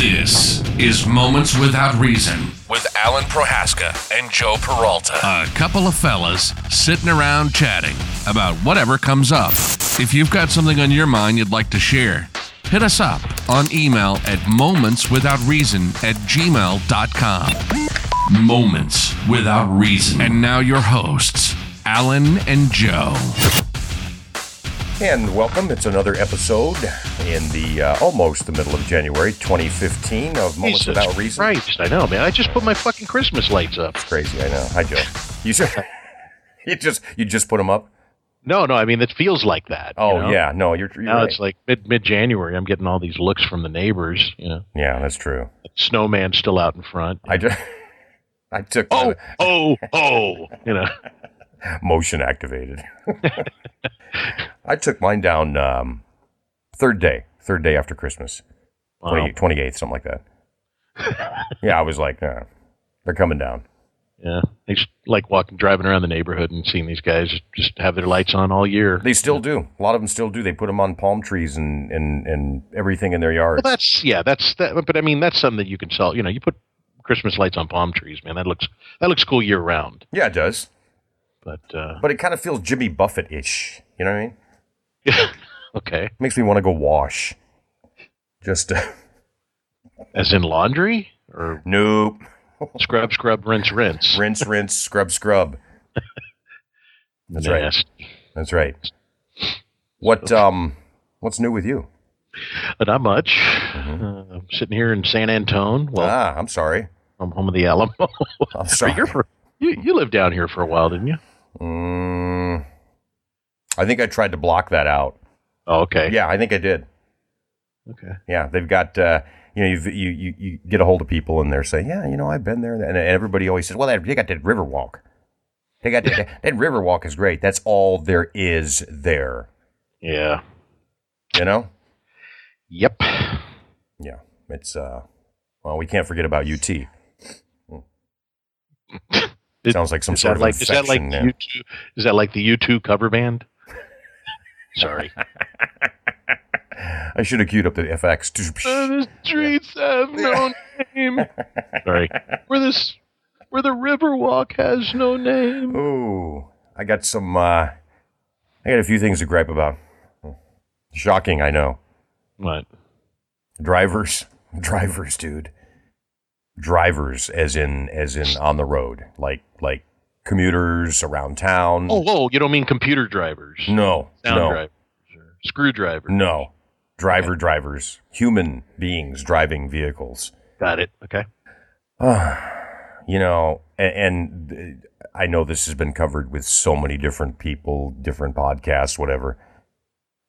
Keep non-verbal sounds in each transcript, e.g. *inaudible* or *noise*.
This is Moments Without Reason. with Alan Prohaska and Joe Peralta. A couple of fellas sitting around chatting about whatever comes up. If you've got something on your mind you'd like to share, hit us up on email at momentswithoutreason at gmail.com. Moments Without Reason. And now your hosts, Alan and Joe. And welcome. It's another episode in the uh, almost the middle of January 2015 of Moments Jesus Without Reason. Christ, I know, man. I just put my fucking Christmas lights up. It's crazy, I know. Hi, Joe. You just, *laughs* you just you just put them up. No, no, I mean it feels like that. you Oh know? yeah, no, you're, you're Now right. it's like mid mid January. I'm getting all these looks from the neighbors. You know, yeah, that's true. snowman's still out in front. I just *laughs* I took Oh, oh, oh! *laughs* You know, motion activated. *laughs* I took mine down um, third day, third day after Christmas, Wow. 20, 28th, something like that. *laughs* yeah, I was like, nah, they're coming down. yeah. They just like walking, driving around the neighborhood and seeing these guys just have their lights on all year. They still do. A lot of them still do. They put them on palm trees and and, and everything in their yards. Well, that's yeah, that's that. But I mean, that's something that you can sell. You know, you put Christmas lights on palm trees, man. That looks that looks cool year round. yeah, it does. But uh, *laughs* But it kind of feels Jimmy Buffett ish. You know what I mean? okay, Makes me want to go wash. Just uh, *laughs* as in laundry or nope. Scrub, scrub, rinse, rinse. Rinse, rinse, scrub, scrub. That's right. Nasty. That's right. What um, what's new with you? But not much. Uh, I'm sitting here in San Antone. Well, Mm-hmm. ah, I'm sorry. I'm home of the Alamo. *laughs* I'm But sorry. you're for- you, you lived down here for a while, didn't you? Mm, I think I tried to block that out. Oh, okay. Yeah, I think I did. Okay. Yeah, they've got uh, you know you've, you you you get a hold of people and they're saying yeah you know I've been there and everybody always says well that, they got that river walk, they got that, that river walk is great. That's all there is there. Yeah. You know. Yep. Yeah, it's uh, well we can't forget about UT. *laughs* Is- Sounds like some is sort that of like is that like infection. the yeah. U2, is that like the U two *laughs* cover band? Sorry. I should have queued up the Oh, FX. the streets have no name. Sorry. Where this where the Riverwalk has no *laughs* name. Ooh, I got some. Uh, I got a few things to gripe about. Shocking, I know. What? drivers *laughs* drivers dude drivers as in as in on the road like like commuters around town Oh, whoa! You don't mean computer drivers? no sound no drivers or screwdrivers. no driver drivers human beings driving vehicles Got it. Okay. *sighs* you know and, and uh, i know this has been covered with so many different people different podcasts whatever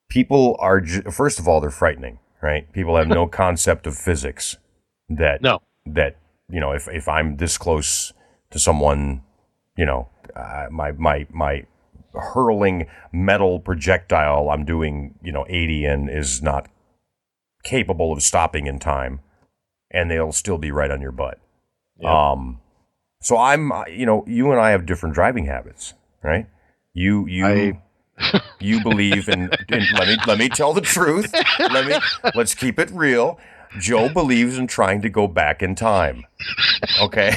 people are ju- first of all they're frightening right people have no concept of physics that No. that you know if, if i'm this close to someone you know uh, my my my hurling metal projectile i'm doing you know 80 in is not capable of stopping in time and they'll still be right on your butt um so i'm uh, you know you and i have different driving habits right you you I- *laughs* you believe in, in let me let me tell the truth let me let's keep it real joe believes in trying to go back in time okay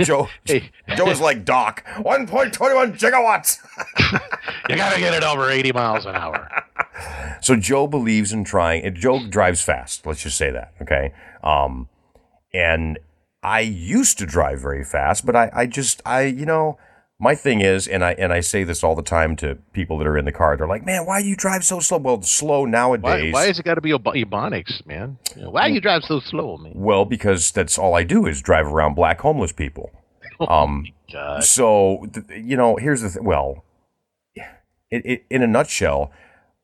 joe Hey. joe is like doc 1.21 gigawatts You gotta get it over 80 miles an hour. So Joe believes in trying. And Joe drives fast. Let's just say that. Okay. Um, and I used to drive very fast, but I, I just, I, you know, my thing is, and I, and I say this all the time to people that are in the car. They're like, man, why do you drive so slow? Well, slow *laughs* Why, nowadays. why has it got to be Ob- Ebonics, man? You know, why you drive so slow, man? well, because that's all I do is drive around black homeless people. Um, God. so th- you know here's the th- well it, it, in a nutshell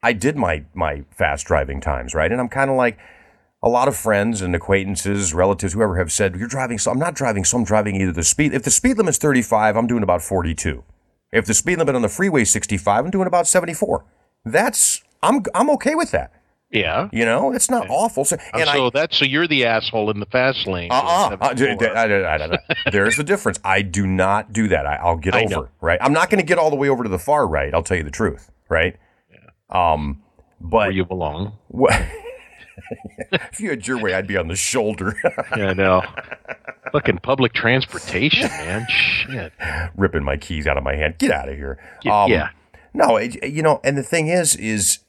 i did my my fast driving times right and i'm kind of like a lot of friends and acquaintances relatives whoever have said you're driving so i'm not driving so i'm driving either the speed if the speed limit's 35 i'm doing about 42 if the speed limit on the freeway is 65 i'm doing about 74 that's i'm i'm okay with that Yeah. you know it's not awful so Oh, and I. so that's so you're the asshole in the fast lane. Uh-uh. Uh, d- 74. d- I- I- I- I- There's the difference. I do not do that. I, I'll get I over, know. right? I'm not going to get all the way over to the far right. I'll tell you the truth, right? Um, *laughs* Where but you belong. wha- if you had your way, I'd be on the shoulder, *laughs* Yeah, I know. Fucking public transportation, man. Shit. ripping my keys out of my hand. Get out of here. Um, Y- yeah. No, it, you know, and the thing is, is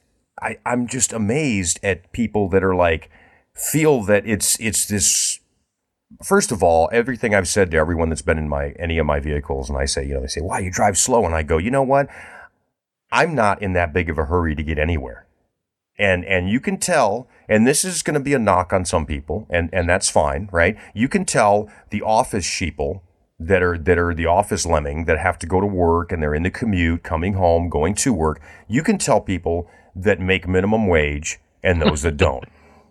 I, I'm just amazed at people that are like feel that it's it's this. First of all, everything I've said to everyone that's been in my any of my vehicles, and I say, you know, they say, "Wow, you drive slow," and I go, "You know what? I'm not in that big of a hurry to get anywhere." And and you can tell, and this is going to be a knock on some people, and and that's fine, right? You can tell the office sheeple that are that are the office lemming that have to go to work and they're in the commute, coming home, going to work. You can tell people that make minimum wage and those that *laughs* don't.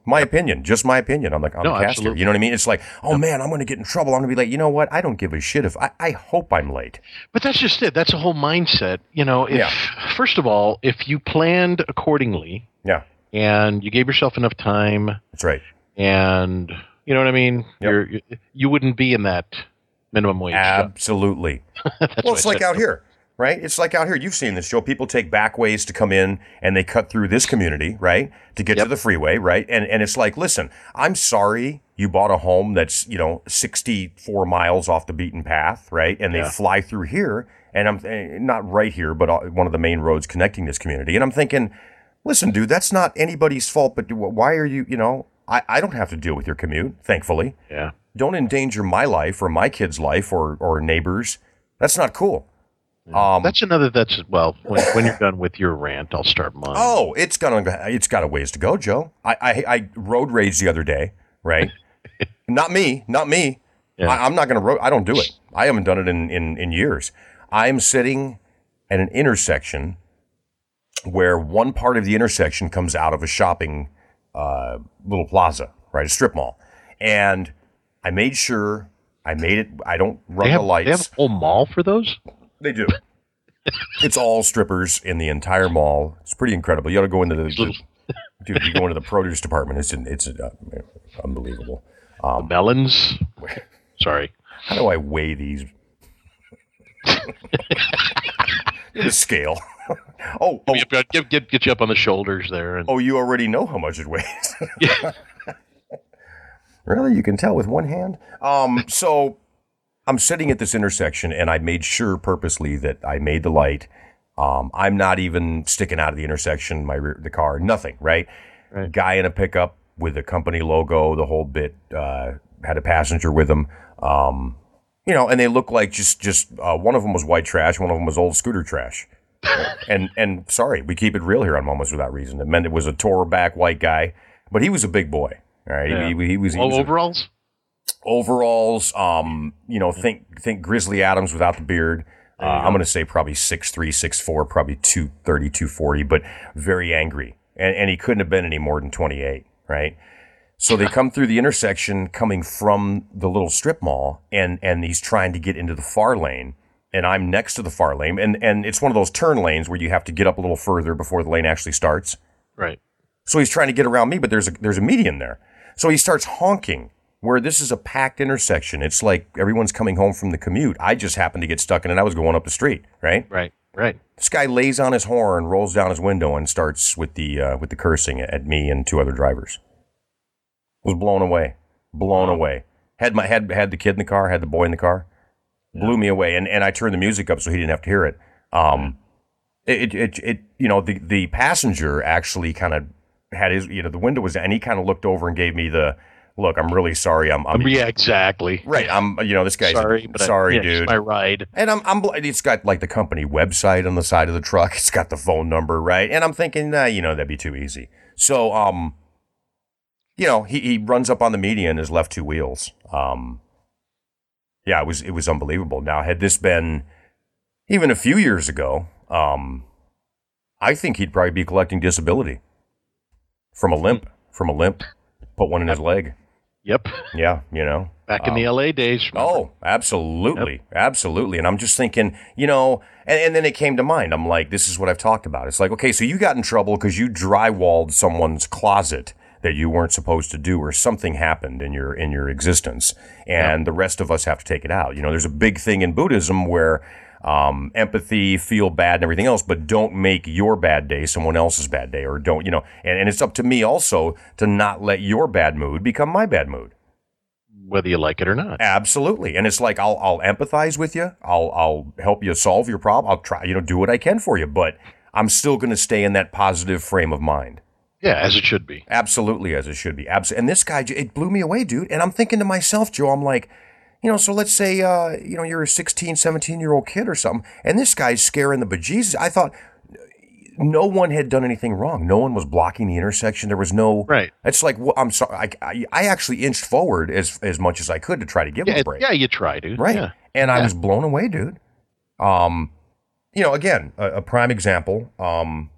My opinion, just my opinion. I'm like, I'm No, a caster. absolutely. You know what I mean? It's like, oh man, I'm going to get in trouble. I'm going to be late. You know what? I don't give a shit if I, I hope I'm late. But that's just it. That's a whole mindset. You know, if Yeah. first of all, if you planned accordingly Yeah, and you gave yourself enough time that's right. and you know what I mean, you're, you you wouldn't be in that minimum wage. *laughs* stuff. Absolutely. That's well, what it's I like said. out here, right? It's like out here. You've seen this, Joe. People take back ways to come in, and they cut through this community, right, to get Yep. to the freeway, right? And and it's like, listen, I'm sorry, you bought a home that's you know 64 miles off the beaten path, right? And they Yeah. fly through here, and I'm eh, not right here, but uh, one of the main roads connecting this community, and I'm thinking, listen, dude, that's not anybody's fault, but why are you, you know? I, I don't have to deal with your commute, thankfully Yeah. don't endanger my life or my kid's life or or neighbors. That's not cool. Um, That's another that's well, when, when you're done with your rant, I'll start mine. oh, it's gonna it's got a ways to go, Joe. I I, I road rage the other day, *laughs* right? not me, not me. Yeah. I, I'm not gonna road. I don't do it. I haven't done it in in in years. I'm sitting at an intersection where one part of the intersection comes out of a shopping uh, little plaza, right, a strip mall, and I made sure. I made it. I don't run they have, the lights. they have a whole mall for those? They do. it's all strippers in the entire mall. It's pretty incredible. You ought to go into the, the- dude. You go into the produce department. It's in, it's uh, unbelievable. Oh. *laughs* Melons. Sorry. How do I weigh these? the scale. *laughs* oh, oh, Get, get, get, get you up on the shoulders there and oh! You already know how much it weighs. really, you can tell with one hand. Um, so I'm sitting at this intersection, and I made sure purposely that I made the light. Um, I'm not even sticking out of the intersection, my rear, the car, nothing, right? Right. Guy in a pickup with a company logo, the whole bit. Uh, had a passenger with him. Um, you know, and they look like just just uh, one of them was white trash, one of them was old scooter *laughs* trash. and and sorry, we keep it real here on Moments Without Reason. It meant it was a tore back white guy, but he was a big boy. All right, Yeah. he, he was he oh, was a- overalls? overalls. Um, you know, think think Grizzly Adams without the beard. Uh, I'm going to say probably 6'3", 6'4", probably 230, 240, but very angry. And, and he couldn't have been any more than 28, right? So they come through the intersection coming from the little strip mall, and, and he's trying to get into the far lane. And I'm next to the far lane. And, and it's one of those turn lanes where you have to get up a little further before the lane actually starts. Right. So he's trying to get around me, but there's a there's a median there. So he starts honking where this is a packed intersection. It's like everyone's coming home from the commute. I just happened to get stuck in it. I was going up the street, right? Right. Right. This guy lays on his horn, rolls down his window, and starts with the uh, with the cursing at me and two other drivers. Was blown away, blown away. Had my had had the kid in the car, had the boy in the car, blew me away. And and I turned the music up so he didn't have to hear it. Um, it, it it it you know the the passenger actually kind of had his you know the window was and he kind of looked over and gave me the look. I'm really sorry. I'm, I'm yeah, exactly. right. I'm you know this guy's Sorry, but I- sorry, yeah, it's dude. My ride. And I'm, I'm, bl- it's got like the company website on the side of the truck. It's got the phone number, right? And I'm thinking, nah, you know, that'd be too easy. So, um, you know, he, he runs up on the median, his left two wheels. Um, yeah, it was, it was unbelievable. Now, had this been even a few years ago, um, I think he'd probably be collecting disability from a limp, from a limp, put one in his leg. Yep. Yeah, you know. Back in the LA days. remember? Oh, absolutely. Absolutely. And I'm just thinking, you know, and, and then it came to mind. I'm like, this is what I've talked about. It's like, okay, so you got in trouble because you drywalled someone's closet that you weren't supposed to do or something happened in your in your existence and the rest of us have to take it out. You know, there's a big thing in Buddhism where um, empathy, feel bad, and everything else, but don't make your bad day someone else's bad day, or don't, you know, and, and it's up to me also to not let your bad mood become my bad mood. whether you like it or not. Absolutely. And it's like I'll I'll empathize with you. I'll I'll help you solve your problem. I'll try, you know, do what I can for you, but I'm still going to stay in that positive frame of mind. Yeah, as it should be. Absolutely as it should be. Abs- and this guy j- it blew me away, dude. And I'm thinking to myself, Joe, I'm like, you know, so let's say uh, you know, you're a 16, 17-year-old kid or something, and this guy's scaring the bejesus. I thought no one had done anything wrong. No one was blocking the intersection. There was no Right. It's like well, I'm sorry. I, I I actually inched forward as as much as I could to try to give him Yeah, a break. yeah, you try to. Right. Yeah. And I Yeah. was blown away, dude. Um, you know, again, a, a prime example, um,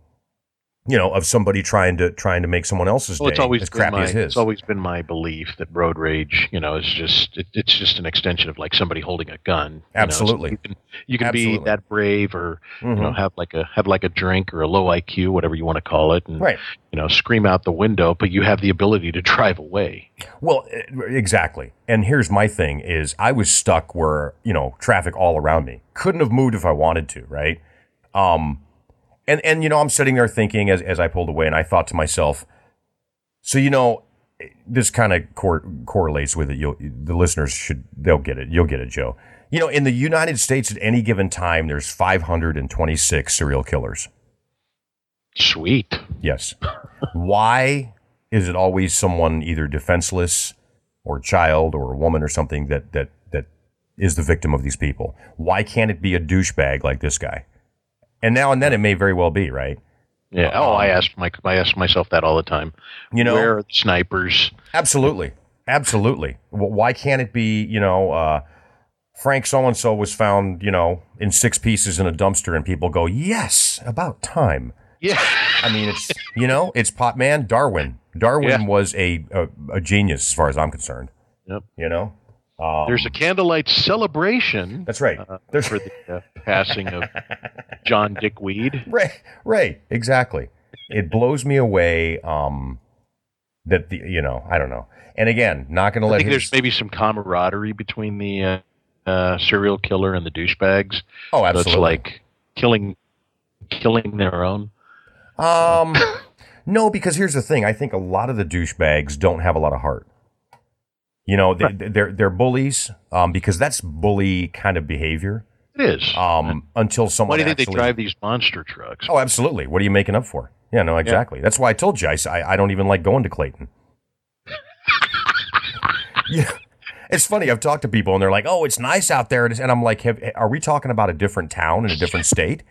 you know, of somebody trying to trying to make someone else's Well, day it's always as been crappy my, as his. it's always been my belief that road rage, you know, is just it, it's just an extension of like somebody holding a gun. you know, so Absolutely. you can, you can be Absolutely. that brave, or Mhm. you know, have like a have like a drink or a low IQ, whatever you want to call it, and Right. you know, scream out the window, but you have the ability to drive away. Well, eh, exactly. And here's my thing is I was stuck where, you know, traffic all around me. Couldn't have moved if I wanted to, right? Um and and you know, I'm sitting there thinking as as I pulled away and I thought to myself, so you know, eh, this kind of cor- correlates with it. You'll the listeners should they'll get it. You'll get it, Joe. You know, in the United States at any given time there's 526 serial killers. Sweet. Yes. Why is it always someone either defenseless or a child or a woman or something that that that is the victim of these people? Why can't it be a douchebag like this guy? And now and then it may very well be, right? Yeah. Oh, I ask my I ask myself that all the time. You know, where are the snipers? absolutely, absolutely. Wh- Why can't it be? You know, uh, Frank so and so was found, you know, in six pieces in a dumpster, and people go, "Yes, about time." *laughs* Yeah. I mean, it's you know, it's pot man Darwin. Darwin Yeah. was a, a a genius as far as I'm concerned. Yep. You know, um, There's a candlelight celebration that's right. uh, There's for the uh, passing of John Dick Weed. *laughs* right, right, exactly. It blows me away um, that the you know I don't know. And again, not going to I let think his, there's maybe some camaraderie between the uh, uh, serial killer and the douchebags. oh So it's absolutely like killing, killing their own. *laughs* um no because here's the thing I think a lot of the douchebags don't have a lot of heart. You know they, they're they're bullies um, because that's bully kind of behavior It is. um, until someone Why do you think actually they drive these monster trucks? Oh, absolutely. What are you making up for? Yeah, no, exactly. That's why I told you I, s- I- I don't even like going to Clayton. yeah. It's funny. I've talked to people and they're like, "Oh, it's nice out there," and it's- and I'm like, have, "Are we talking about a different town in a different state?"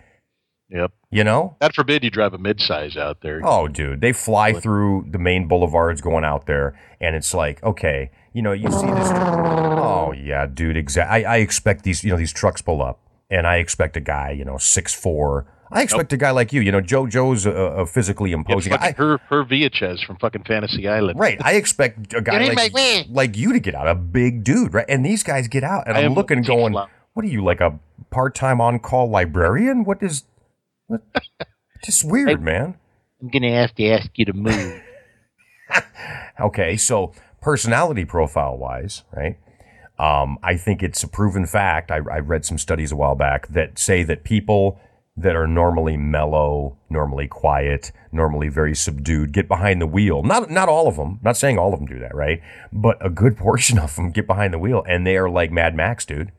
Yep. You know? God forbid you drive a midsize out there. Oh, dude, they fly through the main boulevards going out there, and it's like, okay, you know, you see this. Oh yeah, dude, exactly. I, I expect these, you know, these trucks pull up, and I expect a guy, you know, six four. I expect a guy like you, you know, Joe. Joe's a, a physically It's imposing. fucking oh, I, her, her Viaches from fucking Fantasy Island. Right. I expect a guy like, like you to get out, a big dude, right? And these guys get out, and I I'm am looking, a going, flop. what are you, like a part time on call librarian? What is. What? *laughs* Just weird, man. I'm gonna have to ask you *laughs* to move. Okay. So, personality profile wise, right? Um, I think it's a proven fact. I, I read some studies a while back that say that people that are normally mellow, normally quiet, normally very subdued, get behind the wheel. Not not all of them. Not saying all of them do that, right? But a good *laughs* portion of them get behind the wheel, and they are like Mad Max, dude.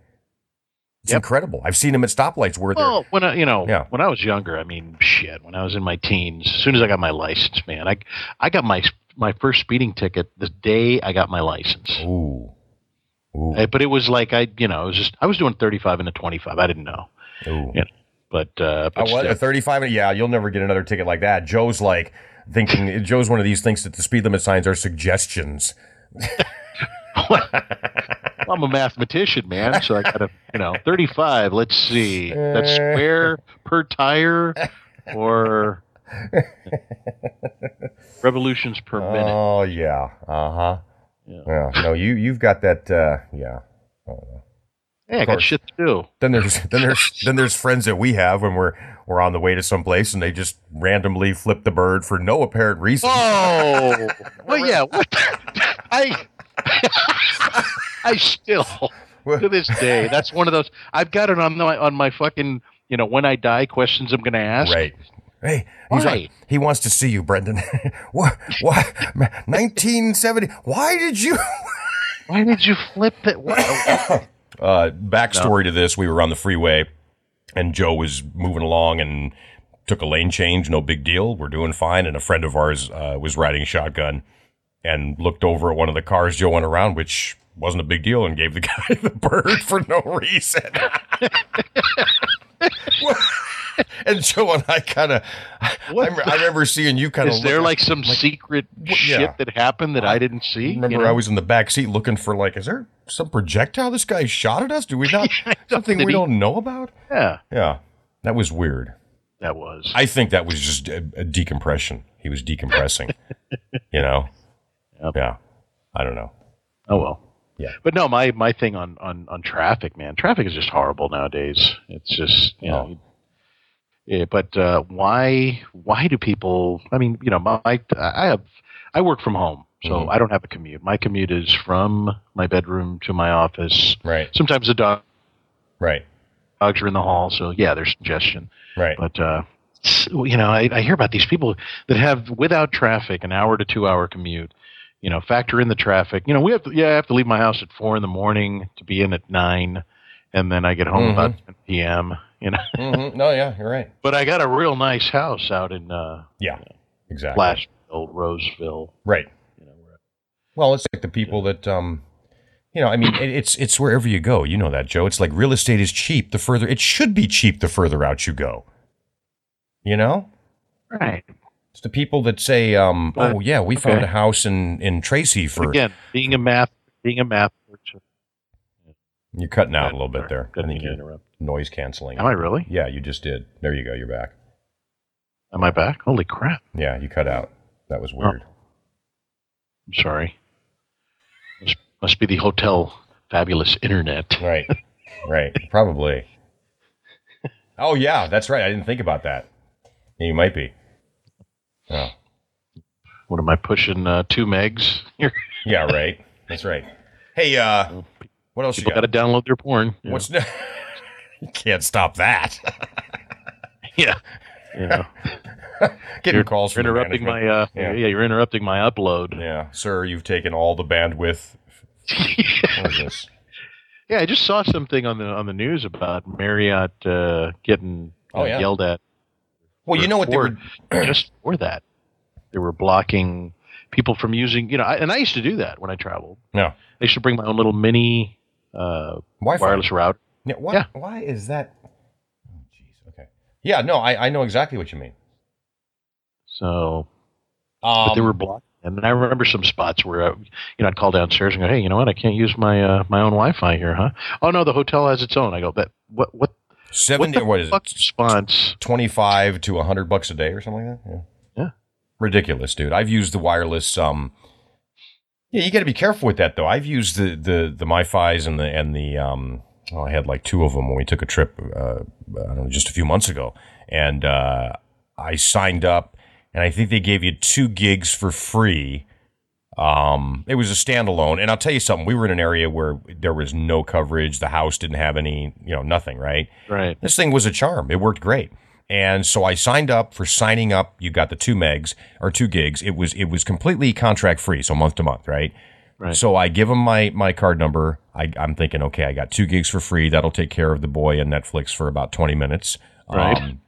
It's Yep. incredible. I've seen them at stoplights where they're well, when I, you know, Yeah. when I was younger, I mean, shit. When I was in my teens, as soon as I got my license, man, I, I got my my first speeding ticket the day I got my license. ooh, ooh, Uh, but it was like I, you know, it was just I was doing 35 and a 25. I didn't know, ooh. yeah, but uh, I but was *laughs* still. a 35. Yeah, you'll never get another ticket like that. Joe's like thinking Joe's one of these thinks that the speed limit signs are suggestions. Well, I'm a mathematician, man. So I got to, you know, 35. Let's see, that's square per tire, *laughs* or revolutions per minute. Oh yeah. Uh huh. Yeah. Yeah. No, you you've got that. Uh, yeah. Hey, I got course. shit to do. Then there's *laughs* then there's then there's friends that we have when we're we're on the way to someplace and they just randomly flip the bird for no apparent reason. *laughs* Oh, *laughs* well, yeah. What? I I still to this day. That's one of those. I've got it on my on my fucking you know when I die questions I'm going to ask. Right. Hey, he's Why? like, he wants to see you, Brendan. *laughs* what? Why? 1970. Why did you? Why did you flip *laughs* it? Why- Uh, backstory to this: We were on the freeway, and Joe was moving along and took a lane change. No big deal. We're doing fine. And a friend of ours uh, was riding shotgun and looked over at one of the cars Joe went around, which wasn't a big deal, and gave the *laughs* guy the bird for no reason. *laughs* and Joe and I kind of, I, What rem- I remember seeing you kind of. Is there like some secret shit yeah. that happened that I, didn't see? you Remember, know? I was in the back seat looking for like, is there some projectile this guy shot at us? Do we not *laughs* something Did we he- don't know about? yeah, Yeah, that was weird. that was. I think that was just a, a decompression. He was *laughs* decompressing. you know. Yep. Yeah. I don't know. oh well. Yeah. But no, my my thing on on on traffic, man. Traffic is just horrible nowadays. It's just you know. Yeah, but uh, why why do people? I mean, you know, my I have I work from home, so Mhm. I don't have a commute. My commute is from my bedroom to my office. Right. Sometimes the dog Right. dogs are in the hall, so yeah, there's congestion. Right. But uh, s- you know, I, I hear about these people that have without traffic an hour to two hour commute. You know, factor in the traffic. You know, we have to, yeah, I have to leave my house at four in the morning to be in at nine, and then I get home about Mm-hmm. 10 p.m. You know, *laughs* Mhm. No. Yeah. You're right. but I got a real nice house out in uh, Yeah. Exactly. Flashville, Roseville. Right. You know, where, Well, it's like the people that, um, you know, I mean, it, it's it's wherever you go. You know that, Joe. It's like real estate is cheap. The further it should be cheap, the further out you go. You know. right. It's the people that say, um, But- "Oh yeah, we found okay. a house in in Tracy for." Again, being a math, being a math. person. You're cutting out a little bit there. I think Didn't mean to you're interrupt. noise canceling. Am I really? Yeah, you just did. There you go. You're back. Am I back? Holy crap! Yeah, you cut out. That was weird. Oh. I'm sorry. Must, must be the hotel fabulous internet. Right. *laughs* Right. Probably. Oh yeah, that's right. I didn't think about that. Yeah, you might be. Oh. What am I pushing? Uh, two megs. *laughs* Here, Yeah, right. That's right. Hey, uh what else people you got got? to download their porn. Yeah. What's ne- *laughs* You can't stop that. *laughs* yeah? You know, Getting You're- calls from you're the interrupting my. management. Uh, Yeah. yeah. you're interrupting my upload. Yeah. Yeah, sir, you've taken all the bandwidth. *laughs* What is this? I just saw something on the on the news about Marriott uh, getting Oh, uh, yeah. *clears throat* yelled at Well, you know what they Or- were just for that. They were blocking people from using. You know, I, and I used to do that when I traveled. No. I used to bring my own little mini uh, Wi-Fi. wireless router. Yeah, why, Yeah. why is that? Oh, jeez. Okay. Yeah, no, I, I know exactly what you mean. So Um, but they were blocked. And I remember some spots where, I, you know, I'd call downstairs and go, "Hey, you know what? I can't use my uh, my own Wi-Fi here, huh? Oh no, the hotel has its own." I go, "That what what what 70, the what is fuck it? response? 25 to 100 bucks a day or something like that? Yeah. Yeah. Ridiculous, dude. I've used the wireless. Um, yeah, you got to be careful with that, though. I've used the, the, the MiFi's and the, and the, um, oh, I had like two of them when we took a trip, uh, I don't know, just a few months ago. And, uh, I signed up and I think they gave you two gigs for free. Um, it was a standalone, and I'll tell you something. We were in an area where there was no coverage. The house didn't have any, you know, nothing, right? Right? This thing was a charm. It worked great. And so I signed up for signing up. You got the two megs or two gigs. It was it was completely contract free, so month to month, right? Right. So I give them my my card number. I, I'm thinking, okay, I got two gigs for free. That'll take care of the boy and Netflix for about 20 minutes. Right. Um,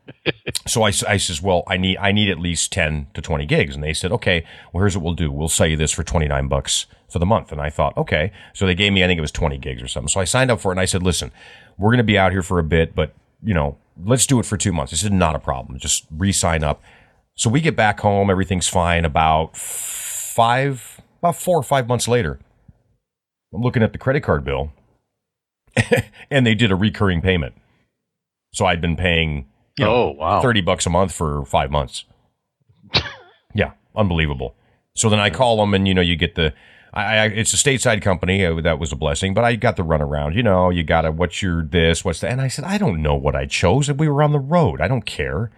so I, s- I says, well, I need I need at least 10 to 20 gigs. And they said, okay, well, here's what we'll do. We'll sell you this for 29 bucks for the month. And I thought, okay. So they gave me, I think it was 20 gigs or something. So I signed up for it and I said, listen, we're going to be out here for a bit, but, you know, let's do it for two months. This is not a problem. Just re-sign up. So we get back home. Everything's fine. About five, about four or five months later, I'm looking at the credit card bill *laughs* and they did a recurring payment. So I'd been paying you know, oh wow! 30 bucks a month for five *laughs* months. yeah, unbelievable. So then I call them, and you know, you get the. I, I it's a stateside company uh, that was a blessing, but I got the runaround. You know, you got to what's your this, what's that, and I said I don't know what I chose. If we were on the road, I don't care,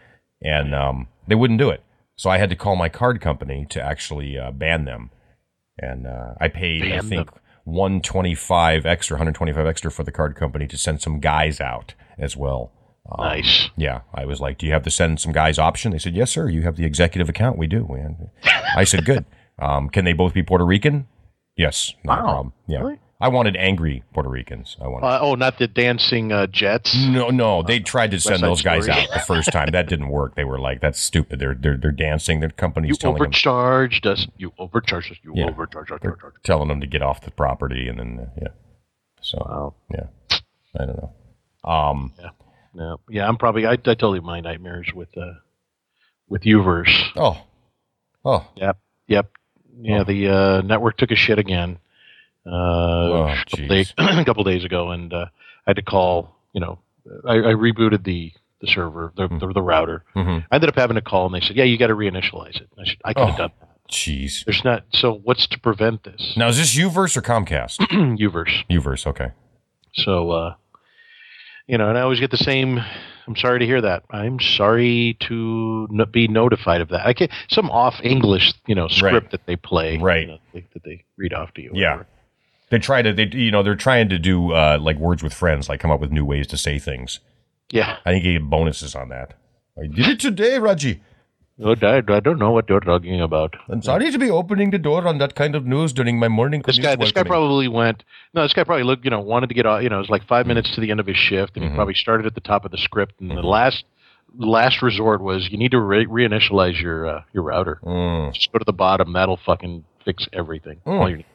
and um, they wouldn't do it. So I had to call my card company to actually uh, ban them, and uh, I paid I Ban think 125 extra, 125 extra for the card company to send some guys out as well. Um, Nice. Yeah, I was like, "Do you have the send some guys option?" They said, "Yes, sir. You have the executive account. We do." And I said, "Good. Um, can they both be Puerto Rican?" Yes, not a Wow. problem. Yeah, Really? I wanted angry Puerto Ricans. I wanted. Uh, oh, not the dancing uh, jets. No, no, they tried to send Uh, Side those guys Story. out the first time. That didn't work. They were like, "That's stupid. They're they're, they're dancing. Their company's You telling them overcharged us. You overcharged us. You Yeah. overcharged us. they're telling them to get off the property, and then uh, yeah. So Wow. yeah, I don't know. Um, No. Yeah, I'm probably. I, I totally my nightmares with uh, with Uverse. oh, oh, Yep. Yep. Yeah. Oh. The uh, network took a shit again. Uh, a oh, jeez. couple days, *clears throat* a couple days ago, and uh, I had to call. You know, I, I rebooted the the server, the, Hmm. the, the router. Mhm. I ended up having to call, and they said, "Yeah, you got to reinitialize it." And I should. I could have Oh. done. That. jeez. There's not. So what's to prevent this? Hmm, Now is this Uverse or Comcast? Uverse. Uverse, okay. So, uh, you know, and I always get the same. I'm sorry to hear that. I'm sorry to n- be notified of that. I can't some off English, you know, script Right. that they play, Right. you know, they- that they read off to you. or Yeah. whatever. They try to, they you know, they're trying to do uh, like words with friends, like come up with new ways to say things. yeah. I think you get bonuses on that. I did it today, Raji. Oh, I, I don't know what you're talking about. I'm sorry to be opening the door on that kind of news during my morning. This guy, commute this guy welcoming. probably went. No, this guy probably looked. You know, wanted to get off. You know, it was like five minutes to the end of his shift, and he probably started at the top of the script. And the last, last resort was you need to re- reinitialize your uh, your router. Mm. just go to the bottom. That'll fucking fix everything. All you need.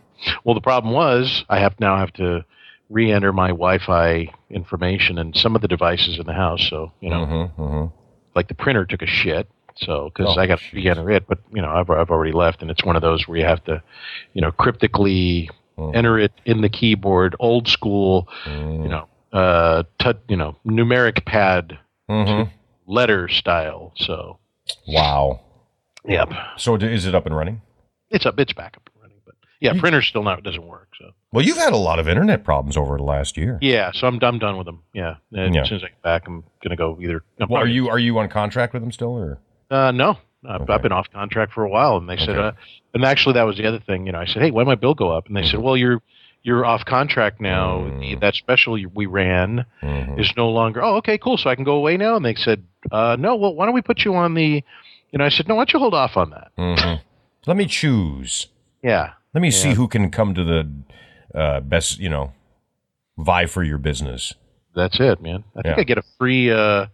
Well, the problem was I have now have to re-enter my Wi-Fi information and some of the devices in the house. So you know, Mm-hmm, mm-hmm. like the printer took a shit. So because Oh, I got jeez. to re-enter it, but you know, I've I've already left, and it's one of those where you have to, you know, cryptically Mm. enter it in the keyboard, old school, you know, uh, tut you know, numeric pad Mm-hmm. letter style. So Wow. yep, So d- is it up and running? it's up, it's back up and running, but yeah, Mm. printer's still not doesn't work. So. Well, you've had a lot of internet problems over the last year. Yeah, so I'm, I'm done with them. Yeah. And Yeah. As soon as I get back, I'm going to go either. I'm Well, are probably- you are you on contract with them still, or Uh, no. I've, Okay. I've been off contract for a while. And they said, Okay. uh, and actually, that was the other thing. You know, I said, hey, why did my bill go up? And they Mm-hmm. said, well, you're. You're off contract now. Mm. That special you- we ran Mm-hmm, is no longer. Oh, okay, cool. So I can go away now. And they said, uh, no. Well, why don't we put you on the? You know, I said, no. Why don't you hold off on that? Mhm. let me choose? Yeah, Let me see who can come to the uh, best, you know, vie for your business. that's it, man. I think Yeah. I get a free, uh,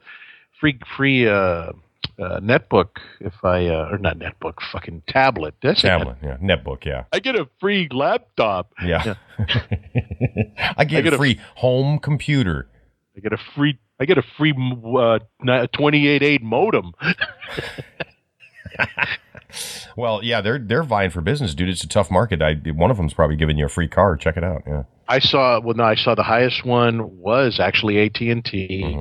free, free uh, uh, netbook if I uh, or not netbook, fucking tablet. That's Tablet, yeah, netbook, yeah, I get a free laptop. yeah. *laughs* I get get a a- free home computer. I get a free. I get a free uh, ni- 28.8 modem. Well, yeah, they're they're vying for business, dude. It's a tough market. I one of them's probably giving you a free car. Check it out. Yeah, I saw. Well, no, I saw the highest one was actually AT Mm-hmm. and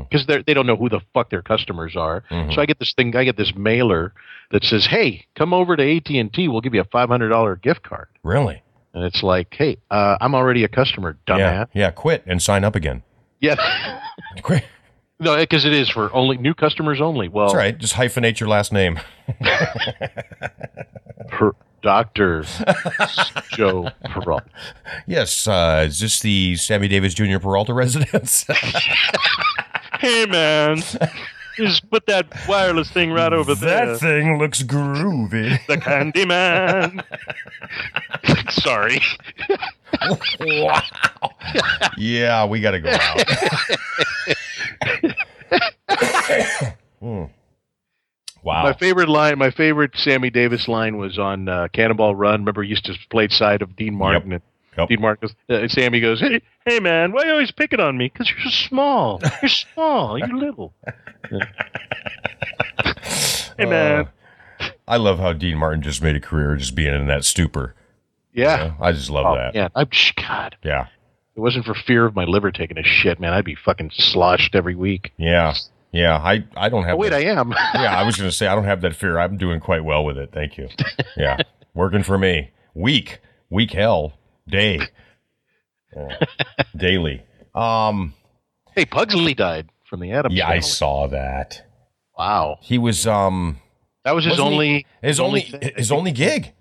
T because they they don't know who the fuck their customers are. So I get this thing. I get this mailer that says, "Hey, come over to AT and T. We'll give you a five hundred dollar gift card." really? And it's like, "Hey, uh, I'm already a customer, Yeah, dumbass." yeah. Quit and sign up again. Yeah. *laughs* Quit. *laughs* no, because it is for only new customers only. Well, That's right. Just hyphenate your last name. per- Doctor *laughs* Joe Peralta. Yes. Uh, is this the Sammy Davis Jr. Peralta residence? hey man just put that wireless thing right over *laughs* there that thing looks groovy. the candy man *laughs* sorry wow. *laughs* yeah, we got to go out. Hmm. my Wow. favorite line my favorite sammy davis line was on uh, cannonball run remember he used to play side of dean martin and Yep. Dean Martin goes, uh, Sammy goes, hey, hey man, why are you always picking on me? Because you're small. You're *laughs* small. You're little. hey man. Uh, I love how Dean Martin just made a career just being in that stupor. Uh, Yeah. I just love Oh, that. Yeah. man, I'm, God, if it wasn't for fear of my liver taking a shit, man, I'd be fucking sloshed every week. Yeah. Yeah. I, I don't have Oh, wait, that- I am. *laughs* yeah, I was going to say I don't have that fear. I'm doing quite well with it. Thank you. *laughs* Yeah, working for me. Week, week, hell, *laughs* day, Yeah. daily. Um, Hey, Pugsley died from the Adams. yeah, I family. saw that. Wow, He was um that was his Wasn't he- only. his only only thing- his only gig.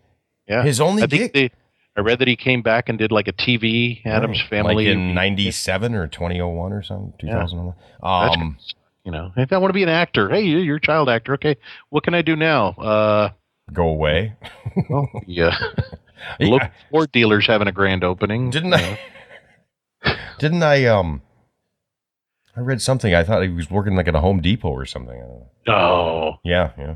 Yeah, His only I think gig. they, I read that he came back and did like a TV Adams Right. like Family. in '97 or 2001 or something, 2001. That's Um, you know, if I want to be an actor, hey, you- you're a child actor. Okay, what can I do now? Uh, go *laughs* away. *laughs* yeah, Yeah. local sport dealers having a grand opening. *laughs* Didn't I? *laughs* didn't I? Um, I read something. I thought he was working like at a Home Depot or something. I don't know. Oh, Yeah, yeah.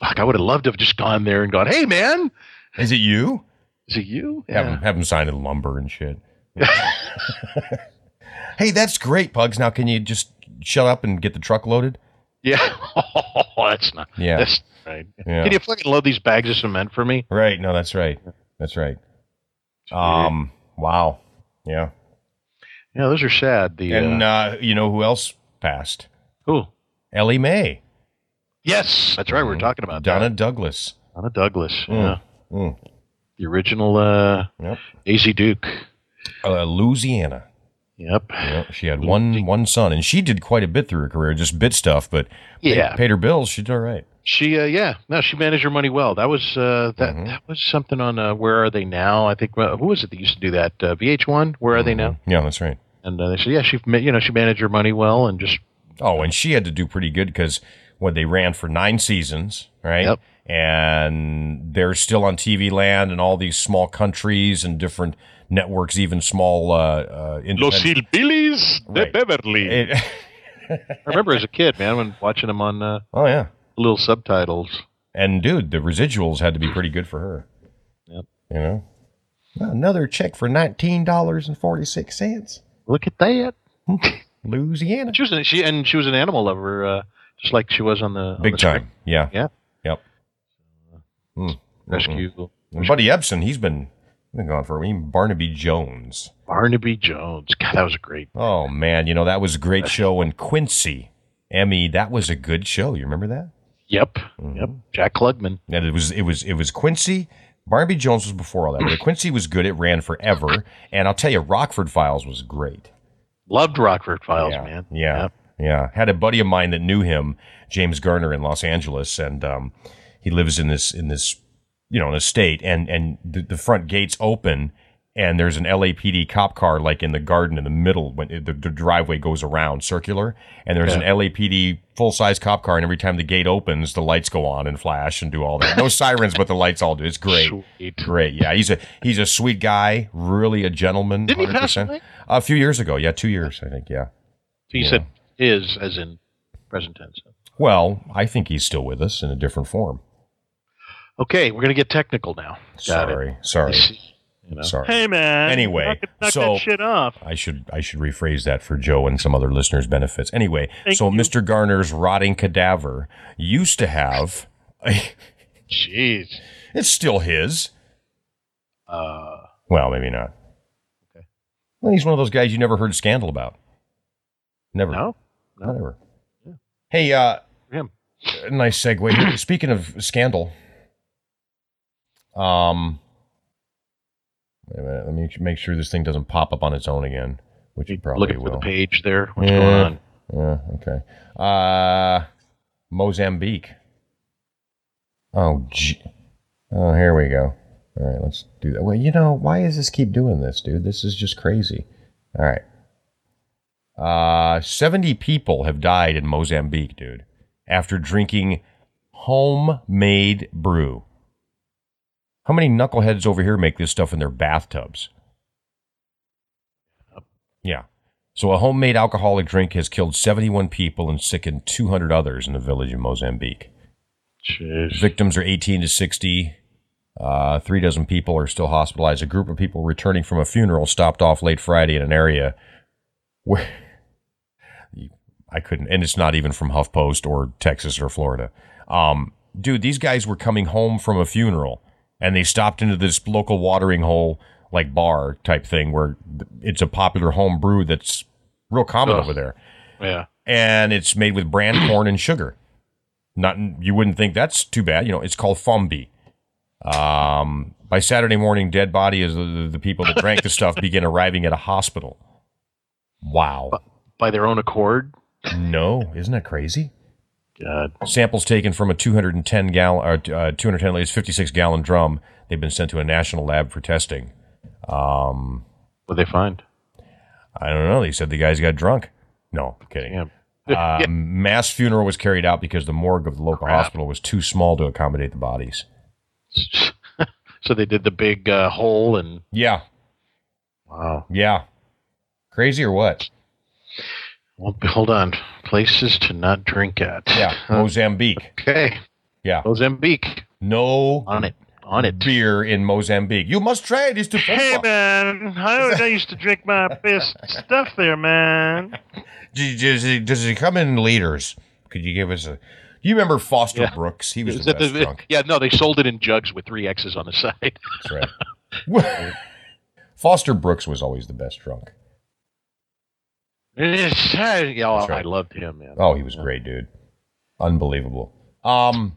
fuck! I would have loved to have just gone there and gone, "Hey, man, Is it you? is it you?" Have him have him sign in lumber and shit. *laughs* *laughs* hey, that's great, Pugs. Now can you just shut up and get the truck loaded? Yeah, *laughs* oh, that's not. Yeah. that's not right. Yeah. Can you fucking load these bags of cement for me? Right. No, that's right. That's right. Um. Wow. Yeah. Yeah, those are sad. The And uh, uh, you know who else passed? who? Ellie Mae, Yes, that's right. We were talking about Mhm. Donna Uh, that. Douglas. Donna Douglas. Yeah, Mm. Mm. the original uh, Yep. AZ Duke. Uh, Louisiana. Yep. Yep, she had one one son, and she did quite a bit through her career, just bit stuff, but paid- Yeah. paid, her bills. She did all right. She, uh, yeah, no, she managed her money well. That was uh, that Mm-hmm. that was something on uh, Where Are They Now? I think uh, who was it that used to do that? Uh, VH1. Where are they now? Yeah, that's right. And uh, they said, yeah, she, ma- you know, she managed her money well and just Oh, and she had to do pretty good because what they ran for nine seasons, right? Yep. And they're still on TV land and all these small countries and different networks, even small uh, uh, independent. Hillbillies Right. Beverly. It- I remember as a kid, man, when watching them on uh, oh yeah, little subtitles. and dude, the residuals had to be pretty good for her. Yep. You know, another check for nineteen dollars and forty six cents, Look at that. Louisiana. She was an, she and she was an animal lover, uh, just like she was on the on Big the Script time. Yeah. Yeah. Yep. Mm. Rescue. And Buddy Epson, he's been been gone for a while. Barnaby Jones. Barnaby Jones. God, that was a great. Oh man, you know that was a great show. And Quincy, Emmy, that was a good show. You remember that? Yep. Mm-hmm. Yep. Jack Klugman. And it was it was it was Quincy. Barnaby Jones was before all that, but Quincy was good. It ran forever. And I'll tell you, Rockford Files was great. Loved Rockford Files, yeah. man. Yeah. Yeah. Had a buddy of mine that knew him, James Garner in Los Angeles, and um, he lives in this in this you know, an estate and and the, the front gates open and there's an LAPD cop car like in the garden in the middle when it, the, the driveway goes around circular and there's an LAPD full-size cop car and every time the gate opens the lights go on and flash and do all *laughs* that. No sirens but the lights all do. It's great. Sweet. Great. Yeah, he's a he's a sweet guy, really a gentleman. Didn't he pass 100%. away? A few years ago. Yeah, 2 years I think. Yeah. So you said is as in present tense. Well, I think he's still with us in a different form. Okay, we're gonna get technical now. Got It. sorry, sorry, You know. sorry. Hey man. Anyway, knock, it- knock so- that shit off. I should I should rephrase that for Joe and some other listeners' benefits. Anyway, Thank so you. Mr. Garner's rotting cadaver used to have. Jeez. *laughs* it's still his. Uh, Well, maybe not. Okay. Well, he's one of those guys you never heard scandal about. Never. no. Not ever. Hey, uh, Him. nice segue. Speaking of scandal, um, wait a minute. Let me make sure this thing doesn't pop up on its own again, which it probably Looking will. for the page there. What's Yeah. going on? Yeah. Okay. Uh, Mozambique. Oh, gee. oh, here we go. All right, let's do that. Well, you know, why does this keep doing this, dude? This is just crazy. All right. Uh, 70 people have died in Mozambique, dude, after drinking homemade brew. How many knuckleheads over here make this stuff in their bathtubs? Yeah. So a homemade alcoholic drink has killed 71 people and sickened 200 others in the village in Mozambique. Jeez. Victims are 18 to 60. Uh, three dozen people are still hospitalized. A group of people returning from a funeral stopped off late Friday in an area where *laughs* I couldn't, and it's not even from HuffPost or Texas or Florida. Um, dude, these guys were coming home from a funeral and they stopped into this local watering hole, like bar type thing where it's a popular home brew that's real common Ugh. over there Yeah. and it's made with bran corn and sugar. Not you wouldn't think that's too bad. You know, it's called fumbi. Um, by Saturday morning, dead body is the, the people that drank the stuff begin arriving at a hospital. Wow, By their own accord. no, isn't that crazy? God. Samples taken from a 210 gallon or uh, 210 is 56 gallon drum. They've been sent to a national lab for testing. Um, What they find? *laughs* I don't know. They said the guys got drunk. No, kidding. *laughs* Damn. Uh, Mass funeral was carried out because the morgue of the local hospital was too small to accommodate the bodies. so they did the big uh, hole and Yeah, wow. yeah. Crazy or what? Well, hold on. Places to not drink at. Yeah, Mozambique. Okay. Yeah, Mozambique. no On it. On it. beer in Mozambique. You must try it. It's too Hey man, I always I used to drink my *laughs* best stuff there, man. Does he, does he come in liters? Could you give us a? Do you remember Foster Yeah. Brooks? He was Is the that best the- *laughs* drunk. yeah, no, they sold it in jugs with three X's on the side. *laughs* That's right. *laughs* Foster Brooks was always the best drunk. yeah, oh, That's right. I loved him, man. Oh, he was great, dude. Unbelievable. Um.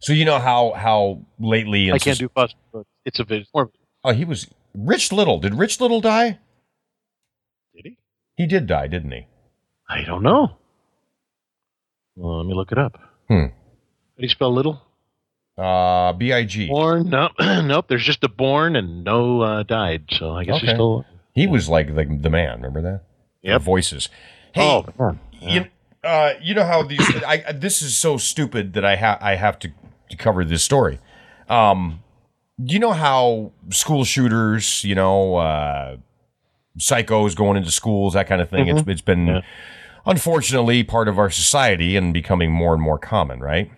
So you know how how lately in I can't soc- do Foster Brooks. It's a bit more. Oh, he was Rich Little. Did Rich Little die? Did he? He did die, didn't he? I don't know. Well, let me look it up. Hmm. How do you spell little? Uh, B I G. Born? No, *clears throat* nope. There's just a born and no uh, died. So I guess Okay. he's still. He was like the, the man. Remember that? Yeah. Yep. Voices. Hey, Oh, man. you, uh, you know how these I, I- this is so stupid that I have I have to, to cover this story. Um, you know how school shooters, you know, uh, psychos going into schools, that kind of thing. It's it's been Mm-hmm. Yeah. unfortunately part of our society and becoming more and more common, right?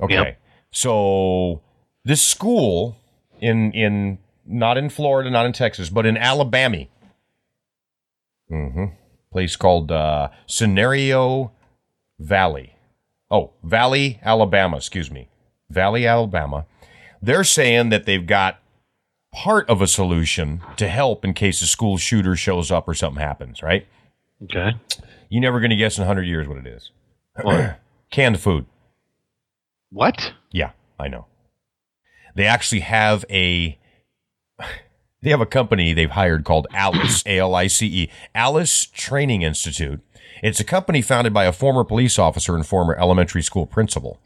Okay, Yep. so this school in in not in Florida, not in Texas, but in Alabama. Mm-hmm place called uh, Scenario Valley. Oh, Valley, Alabama, excuse me. Valley, Alabama. They're saying that they've got part of a solution to help in case a school shooter shows up or something happens, right? Okay. You're never going to guess in 100 years what it is. What? *clears throat* Canned food. What? Yeah, I know. They actually have a they have a company they've hired called Alice A L I C E Alice Training Institute. It's a company founded by a former police officer and former elementary school principal.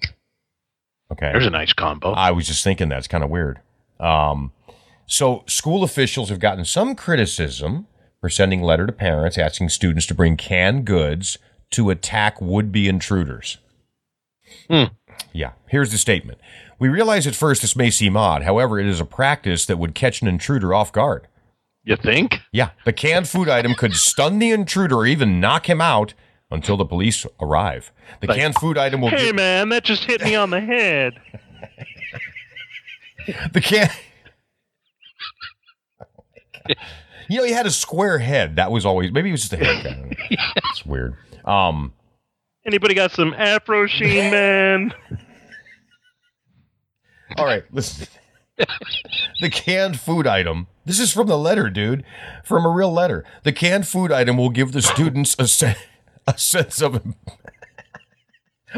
Okay, There's a nice combo. I was just thinking that's kind of weird. Um, so school officials have gotten some criticism for sending letter to parents asking students to bring canned goods to attack would-be intruders. Hmm. Yeah, here's the statement. We realize at first this may seem odd. However, it is a practice that would catch an intruder off guard. you think? Yeah, the canned food item could stun the intruder or even knock him out until the police arrive. The Like- canned food item will Hey give- man, that just hit me on the head. The can. you know, he had a square head. That was always maybe it was just a haircut. I don't know. It's weird. Um, Anybody got some Afro Sheen, man? all right, listen. the canned food item. This is from the letter, dude, from a real letter. The canned food item will give the students a se- a sense of a *laughs*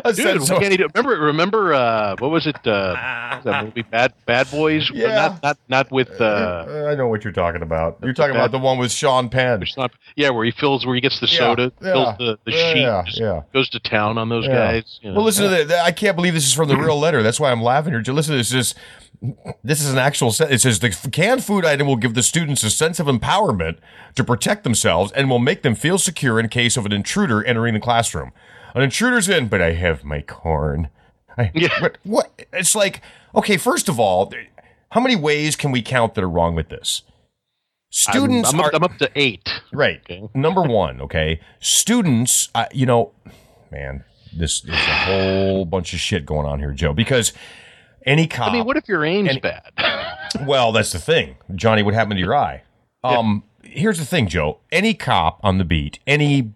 Dude, sense we of can't eat it. remember remember uh, what was it? Uh, what was that movie Bad Bad Boys? Yeah. Not not not with uh, Uh, I know what you're talking about. You're talking about the one with Sean Penn. it's not- yeah, where he fills where he gets the Yeah, soda, yeah, fills the, the yeah, sheet, yeah, just yeah. goes to town on those Yeah. guys. you know. Well, listen to that. I can't believe this is from the *clears throat* real letter. That's why I'm laughing here. Listen to this. This, this is an actual sentence. It says the canned food item will give the students a sense of empowerment to protect themselves and will make them feel secure in case of an intruder entering the classroom. An intruder's in, but I have my corn. I, *laughs* Yeah. But what? It's like, okay, first of all, th- how many ways can we count that are wrong with this? I'm- Students I'm, up- are. I'm up to eight. Right. Okay. Number one, okay. Students, I, you know, man, this there's a whole bunch of shit going on here, Joe. Because any cop, I mean, what if your aim's And- bad? well, that's the thing, Johnny. What happened to your eye? Um, here's the thing, Joe. Any cop on the beat, any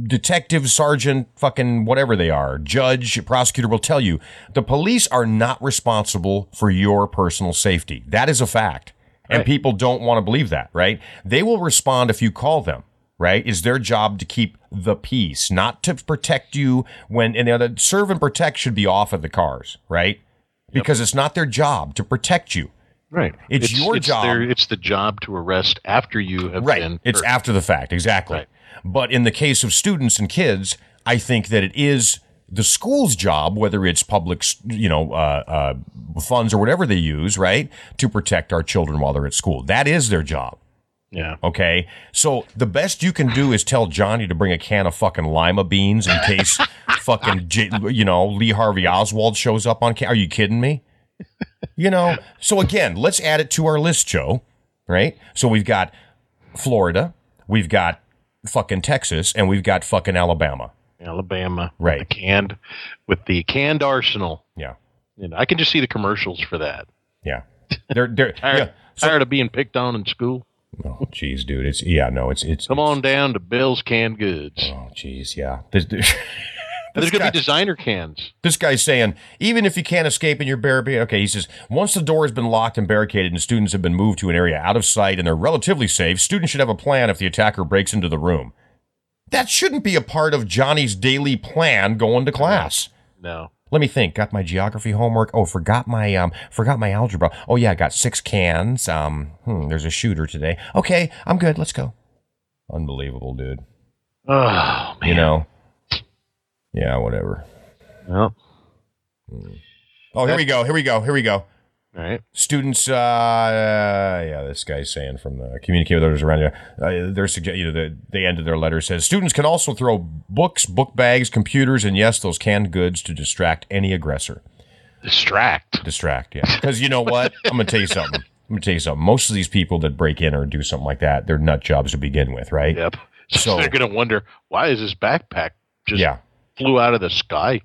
detective, sergeant, fucking whatever they are, judge, prosecutor will tell you the police are not responsible for your personal safety. That is a fact. And Right. people don't want to believe that, right? They will respond if you call them, right? It's their job to keep the peace, not to protect you when, and the serve and protect should be off of the cars, right? Because it's not their job to protect you. right. It's your job. it's the job to arrest after you have Right. been. It's hurt. after the fact, exactly. Right. But in the case of students and kids, I think that it is the school's job, whether it's public, you know, uh, uh, funds or whatever they use, right, to protect our children while they're at school. That is their job. Yeah. Okay. So the best you can do is tell Johnny to bring a can of fucking lima beans in *laughs* case fucking, J- you know, Lee Harvey Oswald shows up on camera. Are you kidding me? You know, so again, let's add it to our list, Joe. Right? So we've got Florida, we've got fucking Texas, and we've got fucking Alabama. Alabama. with Right. The canned with the canned arsenal. Yeah. You know, I can just see the commercials for that. Yeah. They're, *laughs* they're, Tired, yeah. So, tired of being picked on in school. oh, jeez, dude. It's, yeah, no, it's, it's, Come on down to Bill's Canned Goods. Oh, jeez, yeah. This, this, *laughs* And there's this going to guy- be designer cans. This guy's saying, even if you can't escape in your barricade, okay, he says, once the door has been locked and barricaded and students have been moved to an area out of sight and they're relatively safe, students should have a plan if the attacker breaks into the room. That shouldn't be a part of Johnny's daily plan going to class. No. Let me think. Got my geography homework. Oh, forgot my um, forgot my algebra. Oh yeah, I got six cans. Um, hmm, there's a shooter today. Okay, I'm good. Let's go. Unbelievable, dude. Oh, man. You know. Yeah, whatever. Well, Oh, here we go. Here we go. Here we go. all right. students uh, yeah this guy's saying from the communicate with others around you uh, they're sugge- you know the, the end of their letter says students can also throw books book bags computers and yes those canned goods to distract any aggressor Distract. distract yeah because you know what i'm gonna tell you something i'm gonna tell you something most of these people that break in or do something like that they're nut jobs to begin with right Yep. *laughs* So- So they're going to wonder why is this backpack just yeah flew out of the *laughs* sky?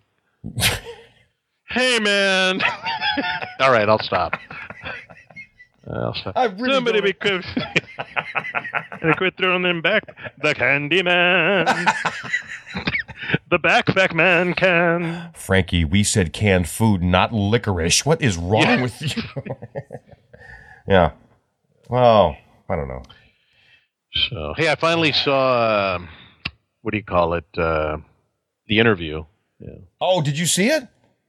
hey, man. *laughs* all right, I'll stop. I'll stop. I really Somebody don't- be quick. *laughs* and quit throwing them back. The *laughs* candy man. the backpack man can. Frankie, we said canned food, not licorice. What is wrong Yeah. with you? *laughs* yeah. Well, I don't know. So, hey, I finally saw um, what do you call it? Uh, the interview. Oh, did you see it?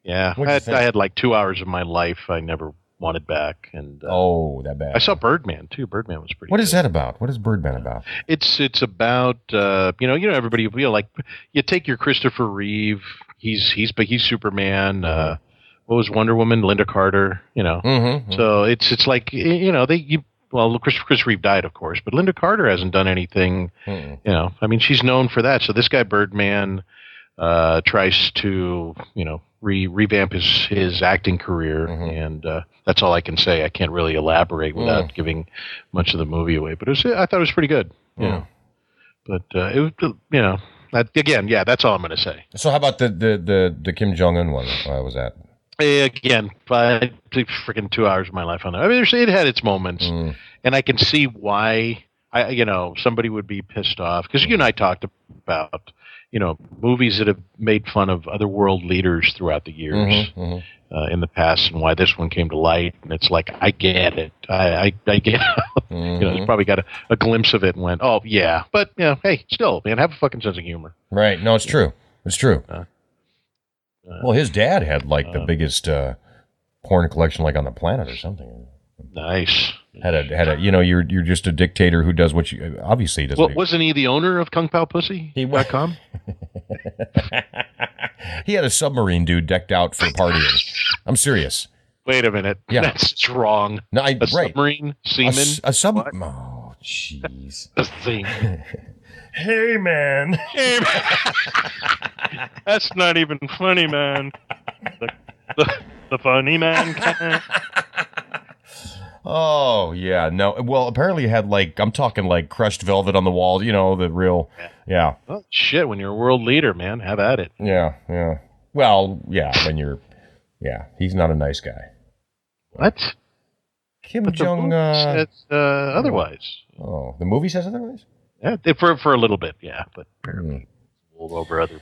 Yeah, What'd you I had, think? I had like two hours of my life I never wanted back, and uh, Oh, that bad. I saw Birdman too. Birdman was pretty. What is good. that about? What is Birdman about? It's it's about uh, you know you know everybody you know like you take your Christopher Reeve. He's he's but he's Superman. Uh, what was Wonder Woman? Linda Carter. You know. Mm-hmm. So it's it's like y- you know they you well Chris Chris Reeve died of course, but Linda Carter hasn't done anything mm-hmm, you know, I mean, she's known for that. So this guy Birdman uh, tries to, you know, re- revamp his his acting career, and uh, that's all I can say. I can't really elaborate without giving much of the movie away. But it was, I thought it was pretty good. You know, but uh, it was, you know, that, again, yeah, that's all I'm going to say. So how about the the the, the Kim Jong Un one? What was that? Again, I took freaking two hours of my life on that. I mean, there's- it had its moments, *laughs* Mm. and I can see why. I, you know, somebody would be pissed off because you and I talked about, you know, movies that have made fun of other world leaders throughout the years Mhm, *laughs* mhm. uh, in the past, and why this one came to light. And it's like, I get it. I, I, I get. It. *laughs* you know, Mhm. it's probably got a, a glimpse of it and went, oh yeah, but you know, hey, still, man, have a fucking sense of humor. Right? No, it's true. It's true. Uh, uh, well, his dad had like the um, biggest uh, porn collection like on the planet or something. Nice. Had a had a you know you're you're just a dictator who does what you obviously he does. Well, what he- wasn't he the owner of Kung Pao Pussy? He was. *laughs* com? he had a submarine dude decked out *laughs* for partying. I'm serious. Wait a minute. Yeah. That's just wrong. No, I A right. submarine A seaman. s- a sub. Oh, jeez. A thing. Hey, man. *laughs* That's not even funny, man. The, the, the funny man can. Oh yeah, no. Well, apparently it had like I'm talking like crushed velvet on the wall. You know the real. Yeah, Well, Oh, shit, when you're a world leader, man, have at it. yeah, yeah. Well, yeah. When you're, yeah, he's not a nice guy. What? Kim But the Jong. book Uh, says, uh, otherwise. oh, the movie says otherwise. Yeah, they- for, for a little bit, yeah, but Hmm. rolled over other.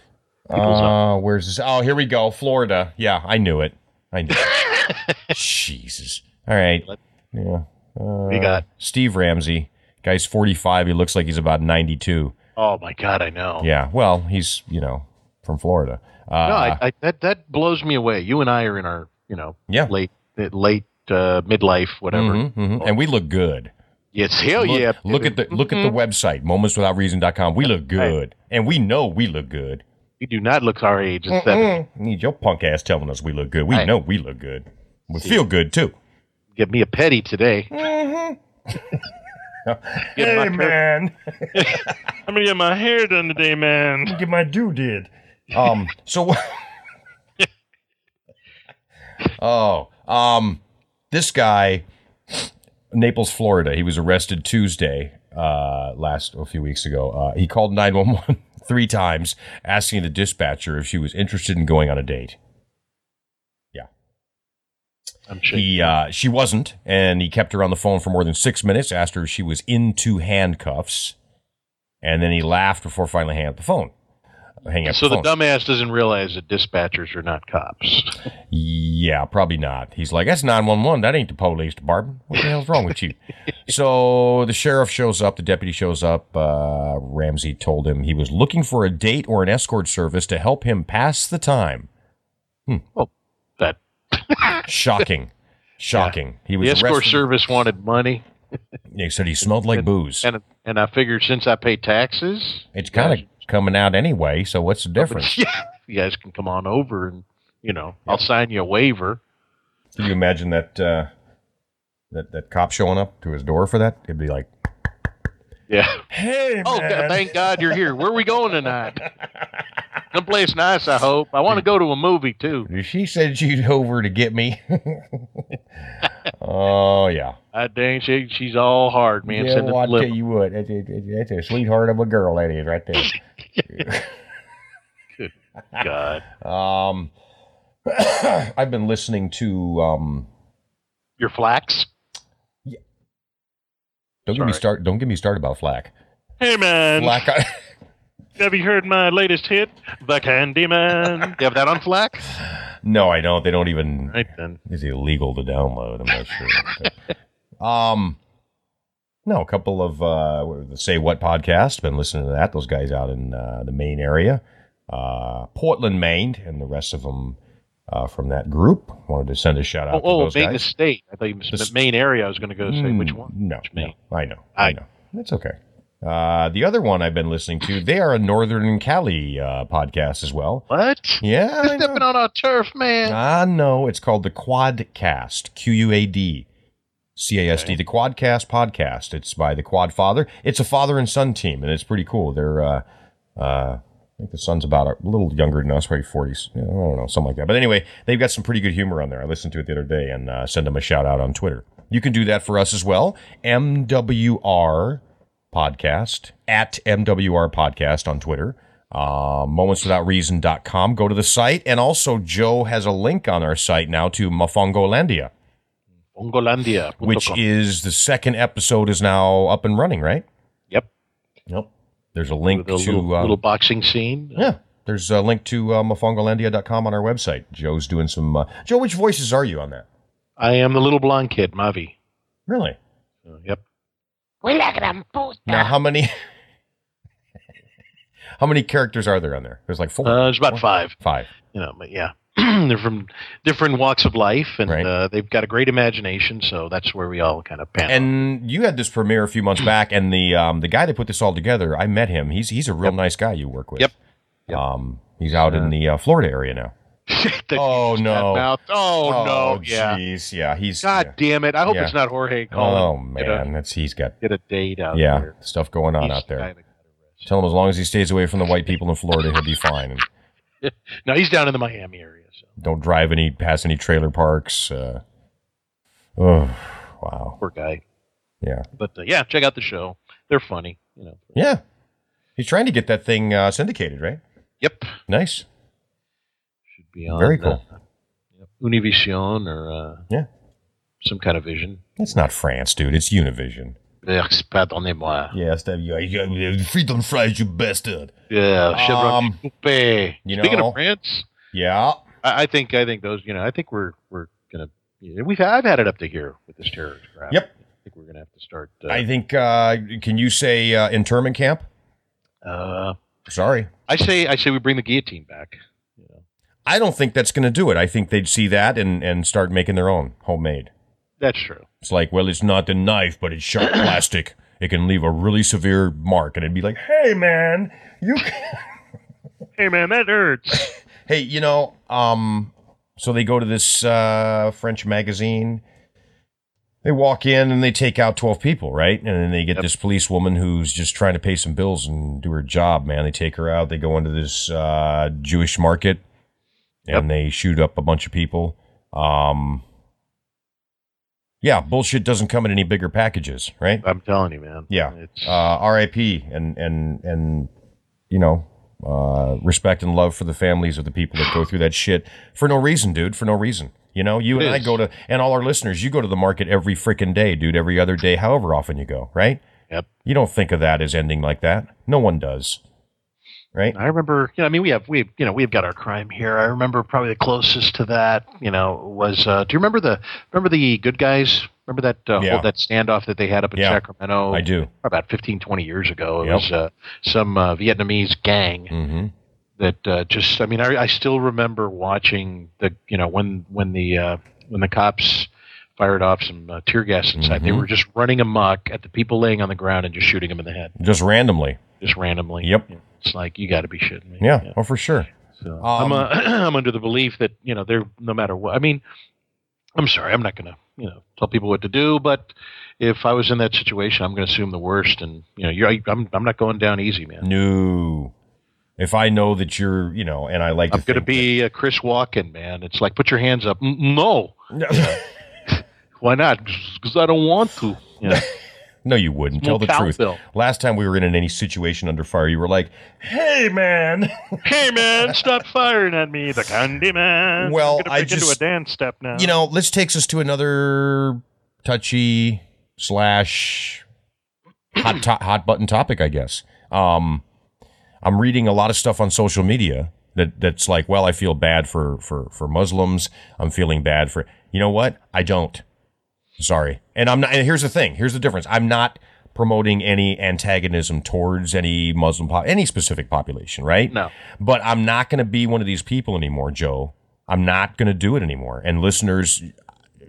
People's Uh, where's this? Oh, here we go. Florida. Yeah, I knew it. I knew it. *laughs* Jesus. All right. Let- Yeah. Uh, you got? Steve Ramsey. Guy's 45. He looks like he's about 92. Oh my god, I know. Yeah. Well, he's you know from Florida. Uh, No, I, I, that that blows me away. You and I are in our, you know, Yeah. late late uh, midlife, whatever. Mhm, mhm. And we look good. Yes, hell look, Oh, yeah. Look at the look at the website, momentswithoureason.com. We look good. And we know we look good. You do not look our age at 70. Mm-mm. Need your punk ass telling us we look good. We Right. know we look good. We feel good too. Give me a petty today. Mm-hmm. *laughs* Get my hair- man, I'm gonna get my hair done today, man. get my do did. Um. So. *laughs* oh. Um. This guy, Naples, Florida. He was arrested Tuesday. Uh, last a few weeks ago, uh, he called nine one one *laughs* three times, asking the dispatcher if she was interested in going on a date. I'm sure. He, uh, she wasn't, and he kept her on the phone for more than six minutes. Asked her if she was into handcuffs, and then he laughed before finally hanging up the phone. Hanging up so the the phone. dumbass doesn't realize that dispatchers are not cops. yeah, probably not. He's like, that's nine one one. That ain't the police department. What the hell's wrong with *laughs* you? So the sheriff shows up. The deputy shows up. Uh, Ramsey told him he was looking for a date or an escort service to help him pass the time. *laughs* That *laughs* Shocking, shocking. He was the escort arrested. service wanted money, They said he smelled like booze. and and I figured since I pay taxes, It's kind of coming out anyway, so what's the difference? *laughs* yeah, you guys can come on over and you know I'll sign you a waiver. Can you imagine that uh, that that cop showing up to his door for that? It'd be like, Yeah. "Hey, *laughs* Oh, God, thank God you're here. Where are we going *laughs* tonight? Someplace nice, I hope. I want to go to a movie too. she said she'd over to get *laughs* me." oh yeah, I dang, she, she's all hard, man. yeah. Send Well, a I tell flip. you what, that's a, that's a sweetheart of a girl that is right there. God, Um, *coughs* I've been listening to. Um, your flax. don't get me Sorry. start. Don't get me started about Flack. Hey, man. Flack. I, *laughs* Have you heard my latest hit, The Candyman? *laughs* You have that on flax? no, I don't. They don't even. Right then. is illegal to download. I'm not sure. um, no, a couple of uh, what- the say what podcast. Been listening to that. Those guys out in uh, the Maine area, uh, Portland, Maine, and the rest of them uh, from that group. Wanted to send a shout out Oh, oh, to those Maine guys. Estate. I thought you meant This- main area. I was going to go say which Hmm. Mm, one. No, Which no, Maine? I know. I I- know. That's okay. Uh, the other one I've been listening to, they are a Northern Cali uh, podcast as well. What? Yeah, You're I know. stepping on our turf, man. Ah, no, it's called the Quadcast. Q U A D C A S D. The Quadcast podcast. It's by the Quad Father. It's a father and son team, and it's pretty cool. They're, uh, uh, I think the son's about a little younger than us, probably 40s. Yeah, I don't know, something like that. But anyway, they've got some pretty good humor on there. I listened to it the other day and uh, send them a shout out on Twitter. You can do that for us as well. MWR podcast at MWR podcast on Twitter. Uh, momentswithoutreason.com. Go to the site. And also, Joe has a link on our site now to Mafongolandia, Bongolandia. which is the second episode is now up and running, right? Yep. Yep. There's a With link a to little, uh, little boxing scene. yeah. There's a link to uh, mafongolandia.com on our website. Joe's doing some. Uh, Joe, which voices are you on that? I am the little blonde kid, Mavi. Really? Uh, yep. Ah. Now, how many? *laughs* how many characters are there on there? There's like four. Uh, there's about Four? five. Five. You know, but yeah. *clears throat* They're from different walks of life, and Right. uh, they've got a great imagination. So that's where we all kind of pan. out. And you had this premiere a few *clears throat* months back, and the um, the guy that put this all together, I met him. He's he's a real nice guy you work with. Yep. Yep. Um, he's out in the uh, Florida area now. That- Oh, that no. mouth. Oh, no! Yeah. Jeez. Yeah. He's. God damn it! I hope Yeah. it's not Jorge yeah. Oh calling. Get a- man, that's he's got Get a, date out yeah there. stuff going on He's out there. the guy that got Tell him as long as he stays away from the white people in Florida, he'll be fine. And arrested. No, he's down in the Miami area. So don't drive any past any trailer parks. Uh, oh, wow. poor guy. Yeah. But uh, yeah, check out the show. They're funny. You know. Yeah. He's trying to get that thing uh, syndicated, right? Yep. Nice. Should be on. Very cool. Uh, you know, Univision or uh, Yeah. some kind of vision. That's not France, dude. It's Univision. Yes, pardonnez-moi. Yes, that you, freedom fries, you bastard. Yeah, Um, Chevron Coupe. you Speaking know- of France, Yeah. I, I think I think those. You know, I think we're we're gonna. yeah, We've I've had it up to here with this terrorist crap. Yep. I think we're gonna have to start. Uh, I think. Uh, can you say uh, internment camp? uh, Sorry, I say I say we bring the guillotine back. You know, I don't think that's going to do it. I think they'd see that and and start making their own homemade. that's true. It's like, well, it's not a knife, but it's sharp *coughs* plastic. It can leave a really severe mark, and it'd be like, hey man, you. Hey man, that hurts. Hey, you know, um, so they go to this uh, French magazine. They walk in and they take out twelve people, right? And then they get this police woman who's just trying to pay some bills and do her job. Man, they take her out. They go into this uh, Jewish market and they shoot up a bunch of people. Um, yeah, bullshit doesn't come in any bigger packages, right? I'm telling you, man. Yeah. It's, uh, R.I.P. and and and you know uh, respect and love for the families of the people that go through that shit for no reason, dude. For no reason. You know, you It and I is. go to, and all our listeners, you go to the market every freaking day, dude. Every other day, however often you go, right? Yep. You don't think of that as ending like that. No one does, right? I remember, you know, I mean, we have, we, you know, we've got our crime here. I remember probably the closest to that, you know, was, uh, do you remember the, remember the good guys? Remember that, uh, Yeah. hold that standoff that they had up in Yeah. Sacramento? I do. About 15, 20 years ago. It Yep. was uh, some uh, Vietnamese gang hmm that uh, just I mean I, I still remember watching the you know when when the uh, when the cops fired off some uh, tear gas inside they Mhm. were just running amok at the people laying on the ground and just shooting them in the head Just randomly. just randomly Yep. it's like you got to be shitting me Yeah. Oh, for sure. so, Um, I'm uh, *clears throat* I'm under the belief that you know they're no matter what I mean I'm sorry I'm not gonna you know tell people what to do but if I was in that situation I'm gonna assume the worst and you know you're I, I'm I'm not going down easy man No. If I know that you're, you know, and I like I'm to going to think be a Chris Walken, man. It's like, put your hands up. N- No. *laughs* that- Why not? Because I don't want to. *laughs* Yeah. no, you wouldn't. Tell More the truth. cowbell. Last time we were in any situation under fire, you were like, "Hey, man." hey man, stop firing at me, the candy man. Well, I'm gonna I break into a just- dance step now. you know, this takes us to another touchy slash hot to- hot button topic, I guess. Um, I'm reading a lot of stuff on social media that that's like, well, I feel bad for for for Muslims. I'm feeling bad for you know what? I don't. Sorry, and I'm not. And here's the thing. Here's the difference. I'm not promoting any antagonism towards any Muslim pop, any specific population, right? No. But I'm not going to be one of these people anymore, Joe. I'm not going to do it anymore. And listeners,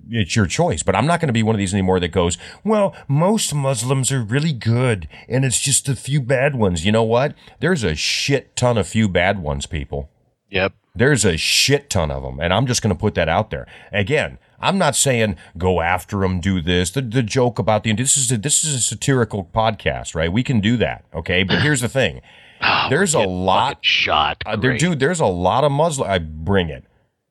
it's your choice, but I'm not going to be one of these anymore that goes, well, most Muslims are really good and it's just a few bad ones. You know what? There's a shit ton of few bad ones, people. Yep. There's a shit ton of them, and I'm just going to put that out there. Again, I'm not saying go after them, do this. The, the joke about the this is a, this is a satirical podcast, right? We can do that, okay? But here's the thing: there's a lot, Fucking shot. uh, there, Great. dude. There's a lot of Muslim. I bring it.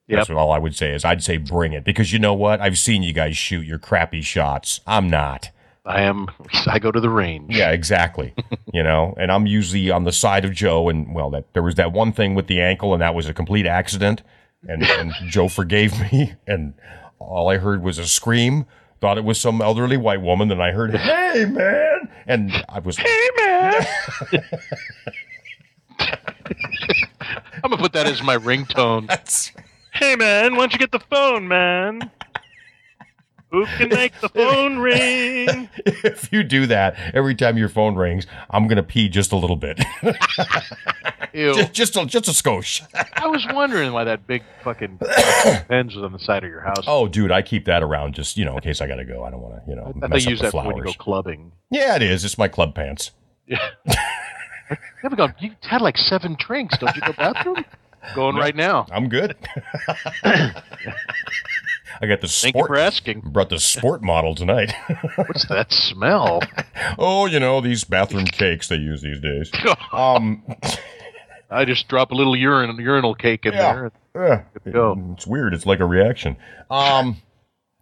That's Yep. what all I would say is I'd say bring it because you know what? I've seen you guys shoot your crappy shots. I'm not. I am. *laughs* I go to the range. Yeah, *laughs* exactly. you know, and I'm usually on the side of Joe. And well, that there was that one thing with the ankle, and that was a complete accident. And, *laughs* and Joe forgave me, and all I heard was a scream. Thought it was some elderly white woman. Then I heard, "Hey, man!" And I *laughs* was like, I'm gonna put that as my ringtone. *laughs* Hey man, why don't you get the phone, man? Who can make the phone ring? *laughs* "If you do that every time your phone rings, I'm gonna pee just a little bit, *laughs* *laughs* Ew. just a, just a skosh." I was wondering why that big *coughs* fucking pens was on the side of your house. Oh, dude, I keep that around just you know in case I gotta go. I don't want to you know I mess they up use the that for when you go flowers. clubbing. Yeah, it is. It's my club pants. You ever gone? You had like seven drinks. Don't you go bathroom? *laughs* Going right now. I'm good. *laughs* I got the Thank you sport. for asking. Brought the sport model tonight. *laughs* What's that smell? oh, you know these bathroom cakes they use these *laughs* days. Um, I just drop a little urine urinal cake in Yeah. there. eh, Good go. it's weird. It's like a reaction. Um,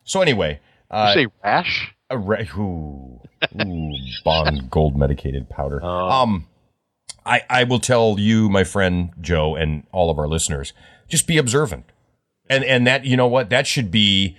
so anyway, uh, you say rash? A re- ooh, ooh, Bond gold medicated powder. Oh. Um, I I will tell you, my friend Joe, and all of our listeners, just be observant, and and that you know what that should be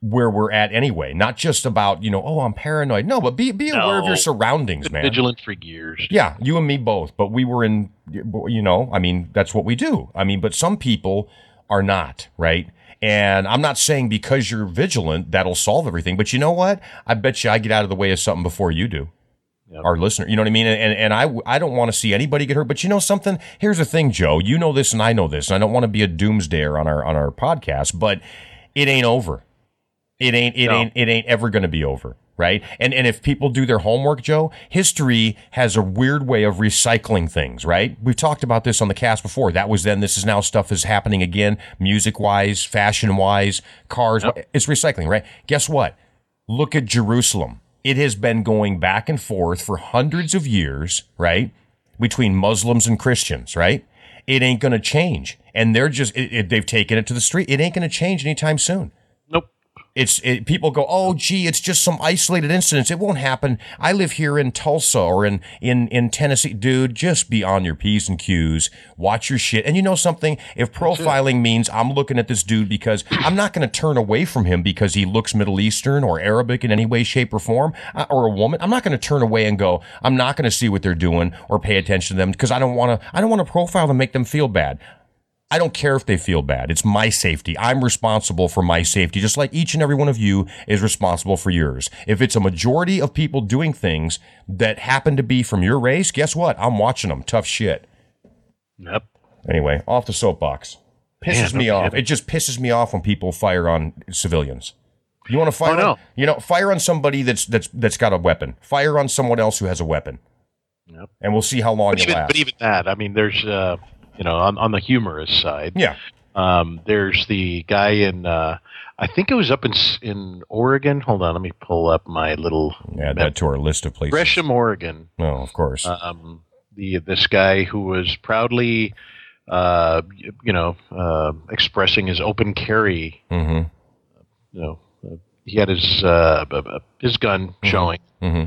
where we're at anyway. Not just about you know oh I'm paranoid. No, but be be aware of your No. surroundings, man. Vigilant for years. Yeah, you and me both. But we were in, you know, I mean, that's what we do. I mean, but some people are not, right? And I'm not saying because you're vigilant, that'll solve everything. But you know what? I bet you I get out of the way of something before you do. Yep. Our listener, you know what I mean? And, and I, I don't want to see anybody get hurt. But you know something? Here's the thing, Joe. You know this and I know this. And I don't want to be a doomsdayer on our, on our podcast, but it ain't over. It ain't it No. ain't it ain't ever going to be over, right? And and if people do their homework, Joe, history has a weird way of recycling things, right? We've talked about this on the cast before. That was then. This is now. Stuff is happening again, music wise, fashion wise, cars. It's recycling, right? Guess what? Look at Jerusalem. It has been going back and forth for hundreds of years, right? Between Muslims and Christians, right? It ain't going to change, and they're just it, it, they've taken it to the street. It ain't going to change anytime soon. Nope. It's it, people go, oh, gee, it's just some isolated incidents. It won't happen. I live here in Tulsa or in in in Tennessee, dude. Just be on your p's and q's. Watch your shit. And you know something? If profiling means I'm looking at this dude because I'm not going to turn away from him because he looks Middle Eastern or Arabic in any way, shape, or form, uh, or a woman, I'm not going to turn away and go. I'm not going to see what they're doing or pay attention to them because I don't want to. I don't want to profile them, and make them feel bad. I don't care if they feel bad. It's my safety. I'm responsible for my safety, just like each and every one of you is responsible for yours. If it's a majority of people doing things that happen to be from your race, guess what? I'm watching them. Tough shit. Yep. Anyway, off the soapbox. Pisses Man, me no off. kidding. It just pisses me off when people fire on civilians. You want to fire? Oh, no. on, you know, fire on somebody that's that's that's got a weapon. Fire on someone else who has a weapon. Yep. And we'll see how long But it even, lasts. but even that, I mean, there's uh, you know, on, on the humorous side, yeah. Um, there's the guy in, uh, I think it was up in S- in Oregon. Hold on, let me pull up my little Add that to our list of places. Gresham, Oregon. No, of course. Um, the this guy who was proudly, uh, y- you know, uh, expressing his open carry. hmm You know, uh, he had his uh, b- b- his gun showing. hmm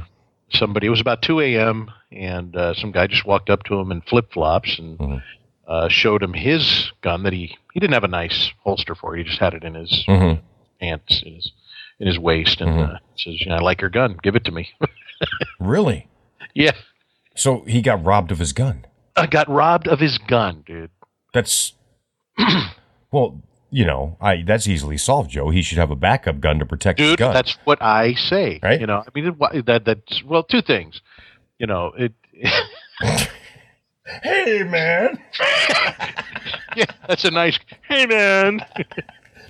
Somebody. It was about 2 a.m. and uh, some guy just walked up to him in flip flops and. Mhm. Uh, showed him his gun that he he didn't have a nice holster for. He just had it in his hmm pants in his in his waist and Mhm. uh, says, "You know, I like your gun. Give it to me." *laughs* Really? yeah, So he got robbed of his gun. I got robbed of his gun, dude. That's *clears throat* well, you know, I that's easily solved, Joe. He should have a backup gun to protect his Dude, gun. that's what I say. Right? You know, I mean, it- why- that that's well, two things. You know, it. *laughs* hey man, *laughs* yeah, that's a nice. Hey, man.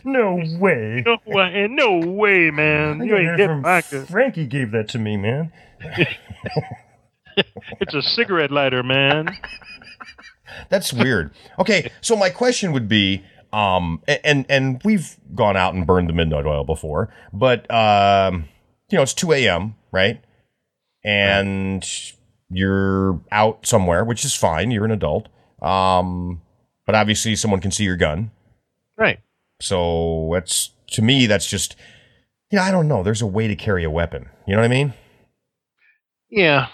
no way. No way. No way, man. You ain't getting my gun. Frankie gave that to me, man. It's a cigarette lighter, man. That's weird. Okay, so my question would be, um, a- and and we've gone out and burned the midnight oil before, but um, you know, it's two a.m. right, and you're out somewhere, which is fine. You're an adult, um, but obviously someone can see your gun, Right. so that's to me, that's just, you know, I don't know. There's a way to carry a weapon. You know what I mean? Yeah,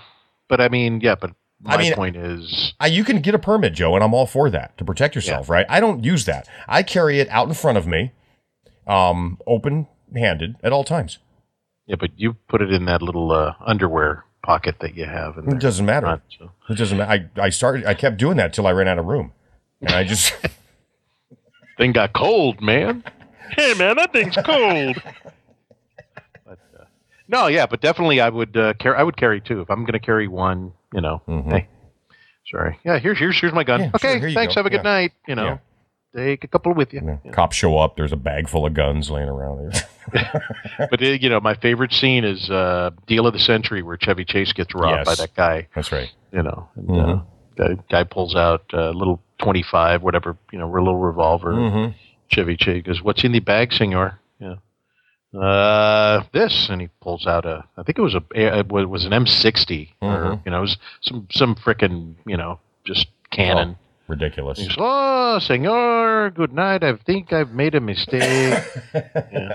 but I mean, yeah, but my I mean- point is, I, you can get a permit, Joe, and I'm all for that to protect yourself, right? I don't use that. I carry it out in front of me, um, open handed at all times. yeah, but you put it in that little uh, underwear pocket that you have, and It doesn't matter. so. It doesn't matter. I, I started. I kept doing that till I ran out of room, and I just thing got cold, man. Hey, man, that thing's cold. uh, No, yeah, but definitely I would uh, carry. I would carry two if I'm going to carry one. You know, Mhm. hey, sorry. Yeah, here's here's here's my gun. Yeah, sure, okay, here you thanks. go. Have a good Yeah. night. You know, take a couple with you. you know, cops show up. There's a bag full of guns laying around. But uh, you know, my favorite scene is uh, Deal of the Century where Chevy Chase gets robbed by Yes. that guy. *laughs* That's right. You know, and, Mhm. uh, guy, guy pulls out a little twenty five, whatever. You know, a little revolver. Mm-hmm. Chevy Chase goes, "What's in the bag, senor?" Yeah. Uh, this, and he pulls out a. I think it was a. It wa- was an M60, or Mhm. you know, it was some some frickin' you know just cannon. Ridiculous. He goes, "Oh, senor, good night. I think I've made a mistake."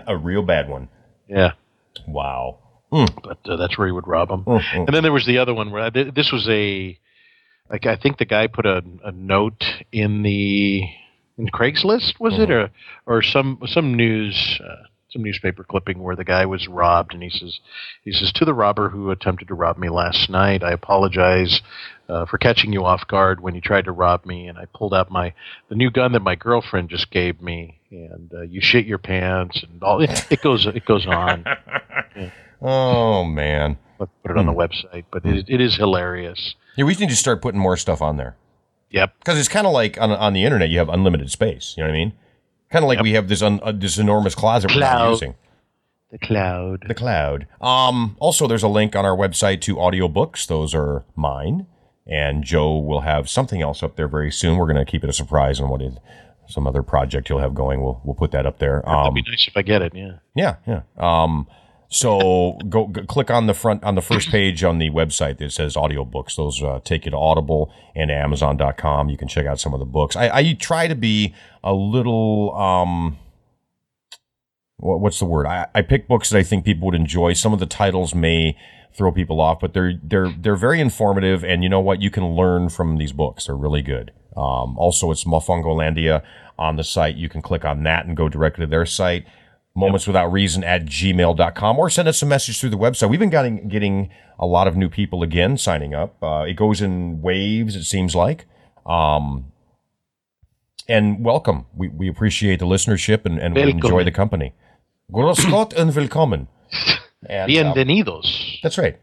a real bad one. yeah, Wow. *laughs* but uh, that's where he would rob him. Mhm. And then there was the other one where I, th- this was a. Like I think the guy put a, a note in the in Craigslist was it or or some some news uh, some newspaper clipping where the guy was robbed and he says he says to the robber who attempted to rob me last night I apologize uh, for catching you off guard when you tried to rob me and I pulled out my the new gun that my girlfriend just gave me and uh, you shit your pants and all it, it goes it goes on Oh man. I put it on the website but it, it is hilarious Yeah, we need to start putting more stuff on there. yep because it's kind of like on, on the internet you have unlimited space you know what i mean kind of like we have this un, uh, this enormous closet we're not Cloud. using The cloud. the cloud. Um, also, there's a link on our website to audiobooks. Those are mine, and Joe will have something else up there very soon. We're going to keep it a surprise on what it, some other project he'll have going. We'll we'll put that up there. That'd Um, be nice if I get it. Yeah. yeah, yeah. Um, so go, go click on the front on the first page on the website that says audiobooks. Those uh, take you to Audible and Amazon.com. You can check out some of the books. I, I try to be a little um, what, what's the word? I, I pick books that I think people would enjoy. Some of the titles may throw people off, but they're they're they're very informative, and you know what? You can learn from these books. They're really good. Um, also, it's Mufungolandia on the site. You can click on that and go directly to their site. Moments without reason at gmail.com or send us a message through the website. We've been getting, getting a lot of new people again signing up. Uh, it goes in waves, it seems like. Um, and welcome. We, we appreciate the listenership and, and we enjoy Welcome. the company. Grüß Gott und *laughs* willkommen. And, uh, Bienvenidos. that's right.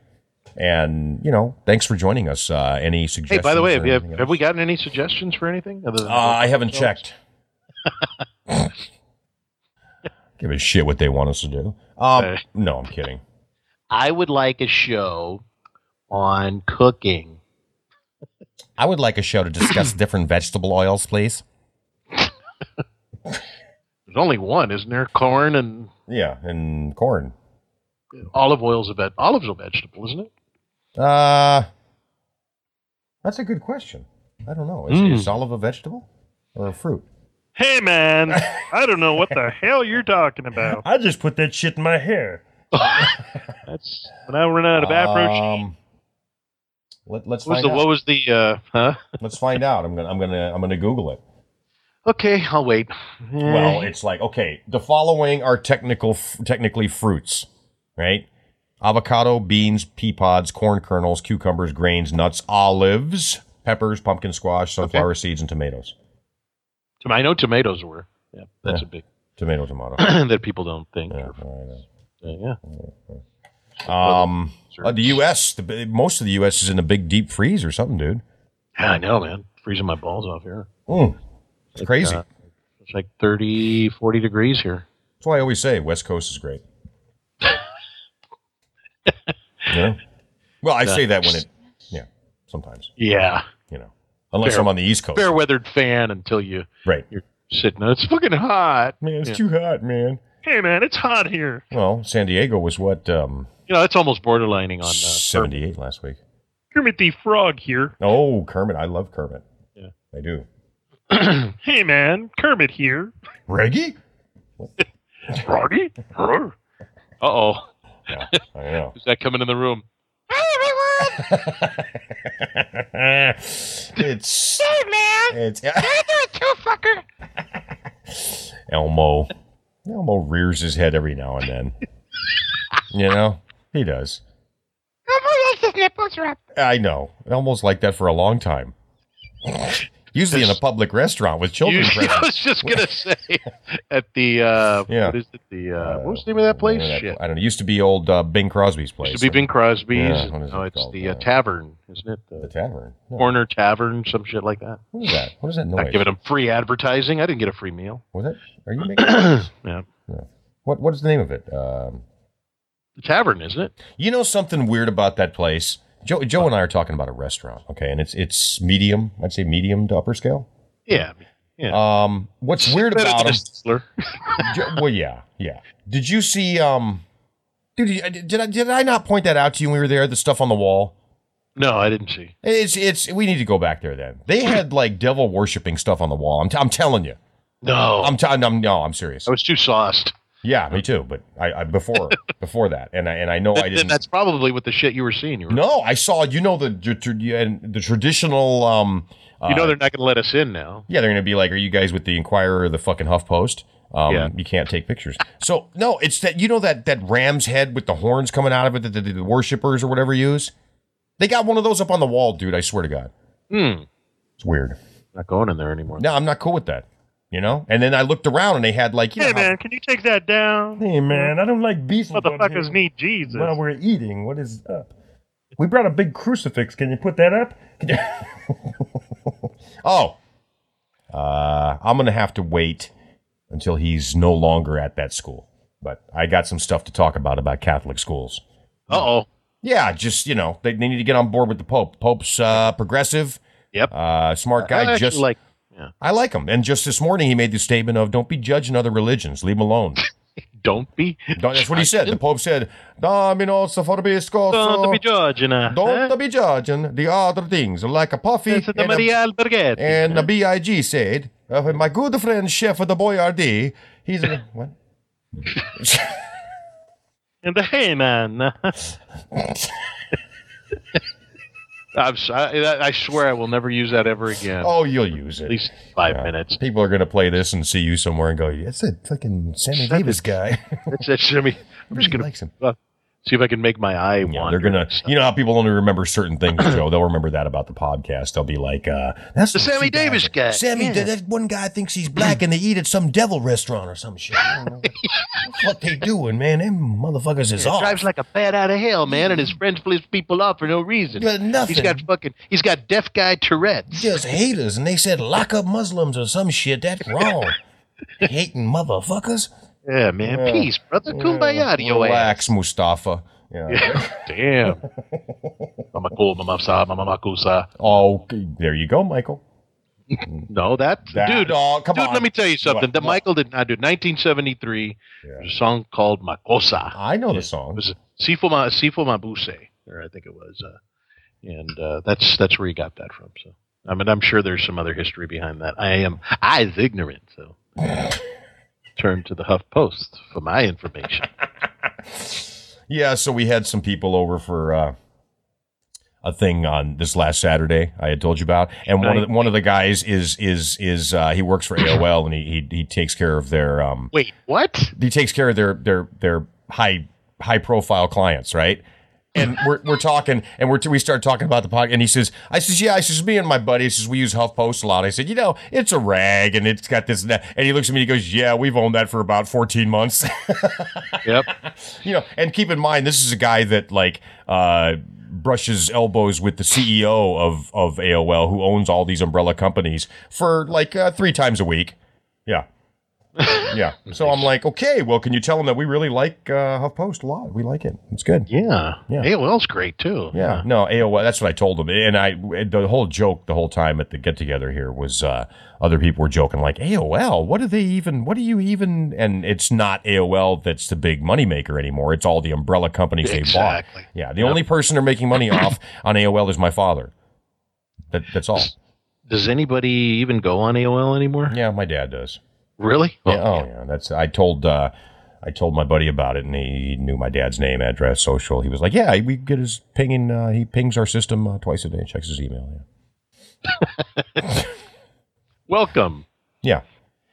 And, you know, thanks for joining us. Uh, any Hey, suggestions? by the way, or have, you- anything have we else? gotten any suggestions for anything? Other than Uh, I haven't checked. *laughs* Give a shit what they want us to do. Um, Okay. no, I'm kidding. I would like a show on cooking. I would like a show to *coughs* discuss different vegetable oils, please. There's only one, isn't there? Corn and Yeah, and corn. olive oil's a ve- olive's a vegetable, isn't it? Uh, that's a good question. I don't know. Is, Mm. is olive a vegetable or a fruit? Hey, *laughs* man, I don't know what the hell you're talking about. I just put that shit in my hair. That's when I run out of approach. Um, let, us What was find the out. what was the uh, huh? Let's find out. I'm gonna I'm gonna I'm gonna Google it. Okay, I'll wait. Mm-hmm. Eh. Well, it's like okay. The following are technical technically fruits, right? Avocado, beans, pea pods, corn kernels, cucumbers, grains, nuts, olives, peppers, pumpkin squash, sunflower seeds, and tomatoes. Tom- I know tomatoes were. Yeah, that's Yeah. a big *clears throat* Tomato, *laughs* tomato. that people don't think. yeah, are- I uh, yeah. know. Um, Sure. uh, the U.S. The, bi- most of the U.S. is in a big deep freeze or something, dude. Yeah, I know, man. Freezing my balls off here. Mm, it's crazy. uh, It's like 30, 40 degrees here. That's why I always say West Coast is *laughs* great. yeah. Well, I say that when it, yeah, sometimes, Yeah. you know, unless Fair- I'm on the East Coast. Fair weathered fan until you Right. sit. No, it's fucking hot. Man, it's Yeah. too hot, man. Hey, man, it's hot here. Well, San Diego was what, um, You know, it's almost borderlining on. Uh, 78 last week. Kermit the Frog here. Oh, Kermit. I love Kermit. Yeah. I do. Hey, man, Kermit here. *laughs* Reggie? Froggy? Roar. Uh oh. Yeah, I know. Is that coming in the room? *laughs* it's. It's. *laughs* Elmo. Elmo rears his head every now and then. you know, he does. I know. Elmo's like that for a long time. Usually in a public restaurant with children You- *laughs* I present. was just *laughs* gonna say at the uh, Yeah. what is it? The uh, Uh, what was the name of that place? I don't know. Shit. I don't know. It used to be old uh, Bing Crosby's place. Used to be Bing Crosby's. Yeah, and what is now it it's called? the Uh, uh, tavern, isn't it? The The tavern. No. corner tavern, some shit like that. What is that? What is that Not noise? giving them free advertising. I didn't get a *clears throat* free meal. Was it? Are you making? yeah, what What is the name of it? Um, the tavern, isn't it? you know something weird about that place. Joe, Joe and I are talking about a restaurant, okay, and it's it's medium. I'd say medium to upper scale. Yeah. Yeah. Um, *laughs* what's weird Better about than a them? Sizzler. Jo- well, yeah, yeah. Did you see, um, dude? you- Did I did I not point that out to you when we were there? The stuff on the wall. No, I didn't see. It's it's. We need to go back there. Then they had like devil worshipping stuff on the wall. I'm t- I'm telling you. No, I'm t- I'm no. I'm serious. I was too sauced. Yeah, me too. But I, I *laughs* before before that, and I and I know Oh, I Then- then didn't. that's probably what the shit you were seeing. You were, No, I saw. You know the tr- tr- yeah, and the traditional. Um, you know uh, they're not going to let us in now. yeah, they're gonna be like, "Are you guys with the Inquirer or the fucking HuffPost?" Um, Yeah. you can't take pictures. So no, it's that you know that that ram's head with the horns coming out of it that the, the worshippers or whatever use. They got one of those up on the wall, dude. I swear to God, Hmm. it's weird. Not going in there anymore. No, I'm not cool with that. You know. And then I looked around and they had like, you Hey, know, how- man, can you take that down? Hey man, I don't like beef. Motherfuckers need Jesus. While we're eating, what is up? We brought a big crucifix. Can you put that up? Oh. Uh, I'm going to have to wait until he's no longer at that school. But I got some stuff to talk about about Catholic schools. Uh oh. Yeah, just you know, they, they need to get on board with the Pope. Pope's uh, progressive, Yep. uh, smart I guy. actually Just like I like him. And just this morning, he made the statement of "Don't be judging other religions. Leave them alone." don't be Don't- that's what he said. The Pope said, "Dominos forbisco, don't be judging. Uh, don't huh? be judging the other things like a puffy This is the and a- Maria Alberghetti. And the BIG said, uh, my good friend Chef of the Boyardee, he's *laughs* a. What? and the hey man. *laughs* I'm si I, I swear I will never use that ever again. Oh, you'll use At it. least five Yeah. minutes. People are going to play this and see you somewhere and go, that's that fucking Sammy Davis *laughs* guy. That's, that's, I mean, I'm just *laughs* Everybody gonna likes him. see if I can make my eye Yeah, wander. they're gonna, and stuff. you know how people only remember certain *clears throat* things, Joe. They'll remember that about the podcast. They'll be like, uh, "That's The what Sammy she got. Davis guy, Sammy, yeah. that- that one guy thinks he's black, and they eat at some devil restaurant or some shit. I don't know what, what they doing, man? Them motherfuckers is off. drives like a bat out of hell, man, and his friends flips people off for no reason. Yeah, Mm-hmm. nothing. He's got fucking. He's got deaf guy Tourette's. just haters, and they said lock up Muslims or some shit. That's wrong. Hating motherfuckers. Yeah, man. Peace, brother. Kumbaya to your ass. Relax, Mustafa. Yeah. *laughs* Damn. Mamaku, mamasa, mamamakusa. oh, there you go, Michael. No, that, That- dude. uh, oh, come dude, on. let me tell you something. What- that what? Michael did not do. 1973, there's a song called Makosa. I know the It song. was Sifo Ma- Sifo Mabuse, or I think it was. Uh, and uh, that's that's where he got that from. So, I mean, I'm sure there's some other history behind that. I am I is ignorant, so turn to the Huff Post for my information. Yeah, so we had some people over for uh, a thing on this last Saturday I had told you about, and one of the, one of the guys is is is uh, he works for AOL and he he, he takes care of their um, Wait, what? he takes care of their their their high high profile clients, right? And we're, we're talking, and we're we start talking about the podcast. And he says, "I says, yeah, I says, me and my buddy he says we use HuffPost a lot." I said, "You know, it's a rag, and it's got this and that." And he looks at me, and he goes, "Yeah, we've owned that for about fourteen months." Yep. you know, and keep in mind, this is a guy that like uh, brushes elbows with the CEO of of AOL, who owns all these umbrella companies, for like uh, three times a week. Yeah, yeah. So I'm like, okay, well, can you tell him that we really like uh, HuffPost a lot? We like it. It's good. Yeah. Yeah. AOL's great too. Yeah. No, AOL. That's what I told him, and I the whole joke the whole time at the get together here was uh, other people were joking like AOL. What do they even? What do you even? And it's not AOL that's the big moneymaker anymore. It's all the umbrella companies they bought. Exactly. Yeah, the only person they're making money off *clears throat* on AOL is my father. That, that's all. Does anybody even go on AOL anymore? Yeah, my dad does. Really? Yeah, oh yeah, that's. I told uh, I told my buddy about it, and he knew my dad's name, address, social. He was like, "Yeah, we get his pinging. Uh, he pings our system uh, twice a day, checks his email." Yeah. Welcome. Yeah,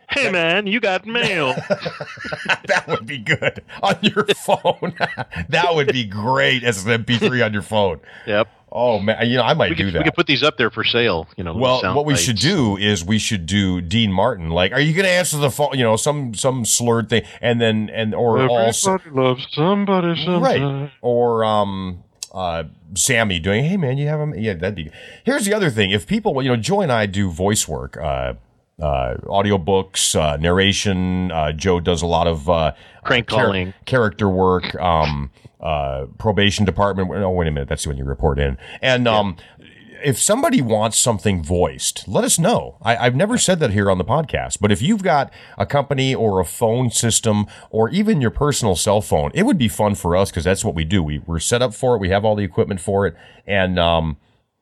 Hey man, you got *laughs* mail. that would be good on your phone. *laughs* that would be great as an MP3 on your phone. Yep. Oh man, you know I might We do could, that. we could put these up there for sale. You know. little Well, sound what we bites. should do is we should do Dean Martin. Like, are you going to answer the phone? You know, some some slurred thing, and then and or all s- Everybody loves somebody sometime. right or um uh Sammy doing. Hey man, you have him? Yeah, that'd be. Here's the other thing: if people, you know, Joe and I do voice work. Uh, uh, audiobooks, uh, narration. Uh, Joe does a lot of uh, Crank char- calling. character work, um, uh, probation department. Oh, wait a minute, that's when you report in. And um, if somebody wants something voiced, let us know. I, I've never said that here on the podcast, but if you've got a company or a phone system or even your personal cell phone, it would be fun for us because that's what we do. We, we're set up for it. We have all the equipment for it, and um,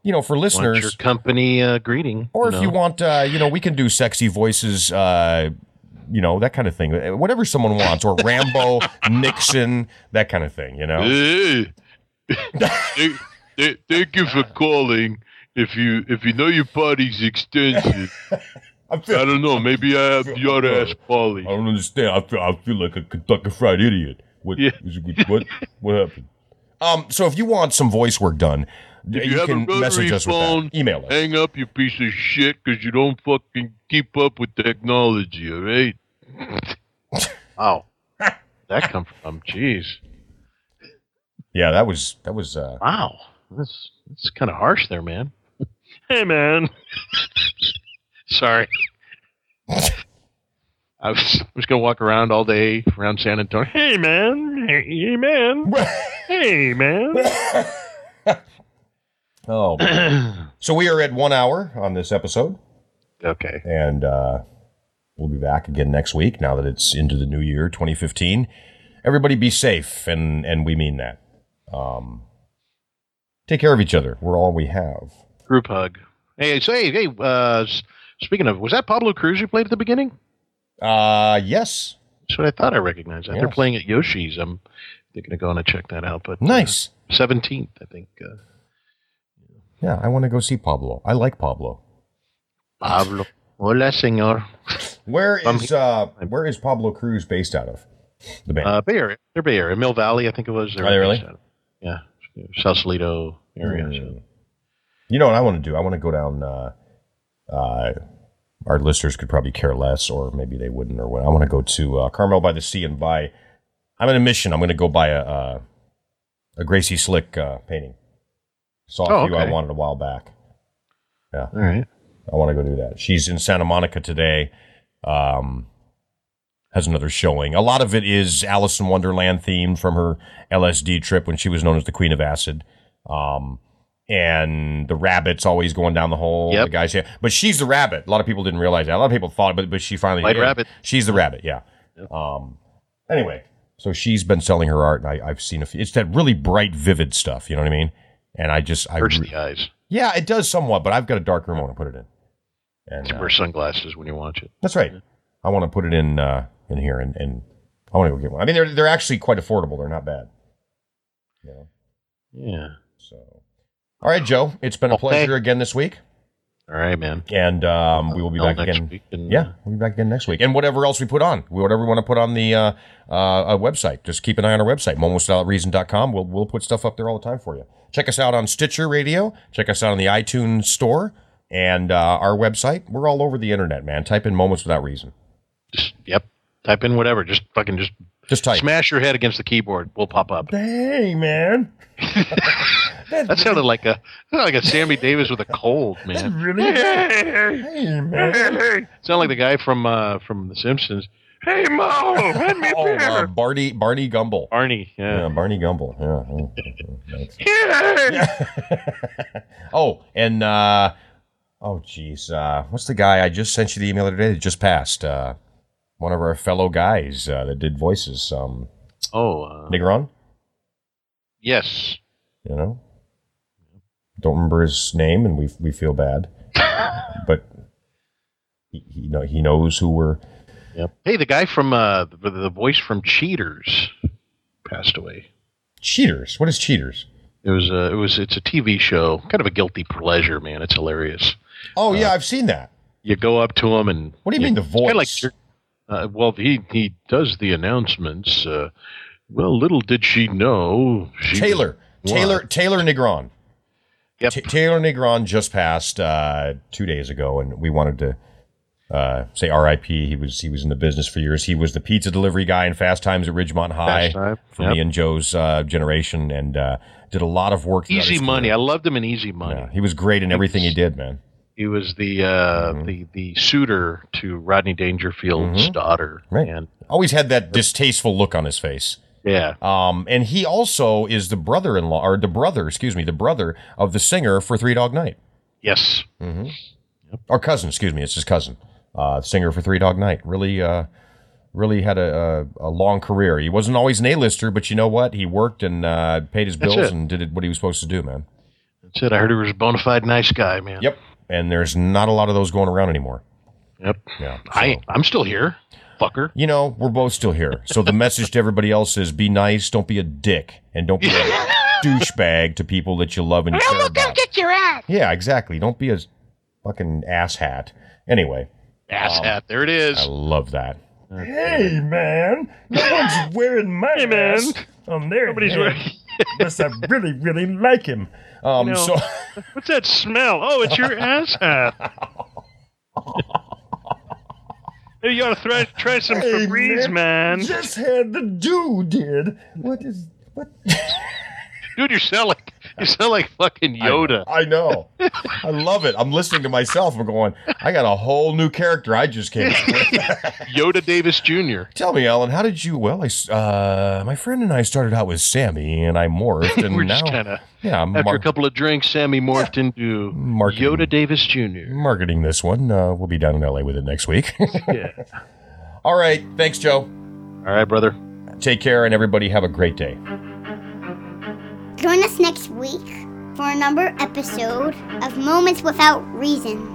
you know, for Want listeners, your company uh, greeting. or if know. you want, uh, you know, we can do sexy voices, uh, you know, that kind of thing. Whatever someone wants, or *laughs* Rambo, Nixon, that kind of thing. You know, Hey. *laughs* thank, thank- thank you for calling. If you if you know your party's *laughs* extensive, I, I don't know. Maybe I *laughs* have you ought to ask Polly. don't understand. I feel, I feel like a Kentucky Fried Idiot. What, Yeah. what, what happened? Um, so if you want some voice work done, you you, have a can rotary message us phone, with that. Email us. Hang up, you piece of shit, because you don't fucking keep up with technology. All right. *laughs* Wow. that come from? Jeez. Yeah, that was that was. Uh, Wow. That's that's kind of harsh there, man. Hey man, *laughs* Sorry. I was, I was going to walk around all day around San Antonio. Hey man, *laughs* hey man, hey man. *clears throat* Oh. boy. so we are at one hour on this episode, Okay. and uh, we'll be back again next week. Now that it's into the new year, 2015. Everybody, be safe, and and we mean that. Um, take care of each other. We're all we have. Group hug. Hey, so hey, hey. Uh, s- speaking of, was that Pablo Cruz you played at the beginning? Uh, yes. That's what I thought I recognized. That. They're Yes. playing at Yoshi's. I'm thinking of going to check that out. But uh, Nice. seventeenth, I think. Uh, Yeah, I want to go see Pablo. I like Pablo. Pablo. Hola, senor. Where Um, is uh where is Pablo Cruz based out of? The band. Uh, Bay Area. They're Bay Area. Mill Valley, I think it was. Oh, They're Are they really? based out of- Yeah. Sausalito area. so. You know what I want to do? I want to go down. Uh, uh, our listeners could probably care less, or maybe they wouldn't, or what. I want to go to uh, Carmel by the Sea and buy. I'm in a mission. I'm going to go buy a uh, a Gracie Slick uh, painting. Saw a Oh, few I okay. wanted a while back. All right. I want to go do that. She's in Santa Monica today. Um, has another showing. A lot of it is Alice in Wonderland themed from her LSD trip when she was known as the Queen of Acid. Um, and the rabbit's always going down the hole. Yep. The guy's here. But she's the rabbit. A lot of people didn't realize that. A lot of people thought, but but she finally White is. rabbit. She's the rabbit. Yeah. Um. Anyway, so she's been selling her art, and I, I've seen a few. It's that really bright, vivid stuff. You know what I mean? And I just, I Urge re- the eyes. yeah, it does somewhat, but I've got a dark room I want to put it in. And uh, Wear sunglasses when you watch it. that's right. I want to put it in uh, in here, and, and I want to go get one. I mean, they're they're actually quite affordable. They're not bad. You know, Yeah. so all right, Joe. It's been a Okay. pleasure again this week, All right, man. and um, we will be Till back next again. week and, Yeah, we'll be back again next week, and whatever else we put on, whatever we want to put on the uh, uh, uh, website, just keep an eye on our website, momostylereason.com. We'll we'll put stuff up there all the time for you. Check us out on Stitcher Radio. Check us out on the iTunes Store and uh, our website. We're all over the internet, man. Type in "Moments Without Reason." Just, yep. Type in whatever. Just fucking just Just type. smash your head against the keyboard. We'll pop up. Hey, man. That sounded like a that sounded like a Sammy Davis with a cold, man. Really? hey, man. Sound like the guy from uh from The Simpsons. Hey Mo, *laughs* hand me a Oh, uh, beer. Barney Barney Gumble. Arnie. Yeah, Yeah. Barney Gumble. Yeah. Mm, mm, Yeah. mm, thanks. *laughs* oh, and uh, oh, geez, uh, what's the guy I just sent you the email the other day that just passed? Uh, one of our fellow guys uh, that did voices. Um, Oh. Uh, Nigron. yes. You know, don't remember his name, and we we feel bad, but he, he know he knows who we're. Yep. Hey, the guy from uh the, the voice from Cheaters passed away. Cheaters. What is cheaters? It was uh, it was it's a TV show, kind of a guilty pleasure, man. It's hilarious. Oh yeah, I've seen that. You go up to him and What do you mean the Kind of voice? like, you're- uh, well, he he does the announcements. Uh, well, little did she know, she Taylor. was- Taylor Taylor Negron. Yep. Ta- Taylor Negron just passed uh, two days ago, and we wanted to uh, say R.I.P. He was he was in the business for years. He was the pizza delivery guy in Fast Times at Ridgemont High Times, for yep. me and Joe's uh, generation, and uh, did a lot of work. throughout Easy his Money. I career. loved him in Easy Money. Yeah, he was great in everything he did, man. He was the uh, Mm-hmm. the the suitor to Rodney Dangerfield's daughter, Right. and Always had that distasteful look on his face. yeah, Um, and he also is the brother-in-law, or the brother, excuse me, the brother of the singer for Three Dog Night. yes, Mm-hmm. or cousin, excuse me, it's his cousin, uh, singer for Three Dog Night. Really, uh, really had a, a, a long career. He wasn't always an A-lister, but you know what? He worked and uh, paid his bills it. and did it what he was supposed to do, man. that's it. I heard he was a bona fide nice guy, man. Yep. And there's not a lot of those going around anymore. Yep. Yeah. I so, I'm still here, fucker. you know, we're both still here. So the message to everybody else is: be nice, don't be a dick, and don't be a douchebag to people that you love and you care about. Get your ass. Yeah, exactly. Don't be a fucking asshat. Anyway, Ass hat. There it is. Um, I love that. Hey, man. No *laughs* one's wearing my Hey, man. ass on their Nobody's head, wearing- *laughs* Unless I really, really like him. Um, You know, so. *laughs* What's that smell? Oh, it's your ass hat. Maybe you ought to try, try some Hey, Febreze, man. Just had the dude did. What is what? Dude, you sound like you sound like fucking Yoda. I know. I love it. I'm listening to myself. I'm going, I got a whole new character I just *laughs* came up with. Yoda Davis Jr. Tell me, Alan, how did you? Well, I, s- uh, my friend and I started out with Sammy, and I *laughs* morphed, and We're now, just kind of yeah, I'm after mar- a couple of drinks, Sammy morphed into Marking. Yoda Davis *laughs* Jr. marketing this one. Uh, we'll be down in LA with it next week. *laughs* Yeah. All right, thanks, Joe. All right, brother. Take care, and everybody have a great day. Join us next week for another episode of Moments Without Reason.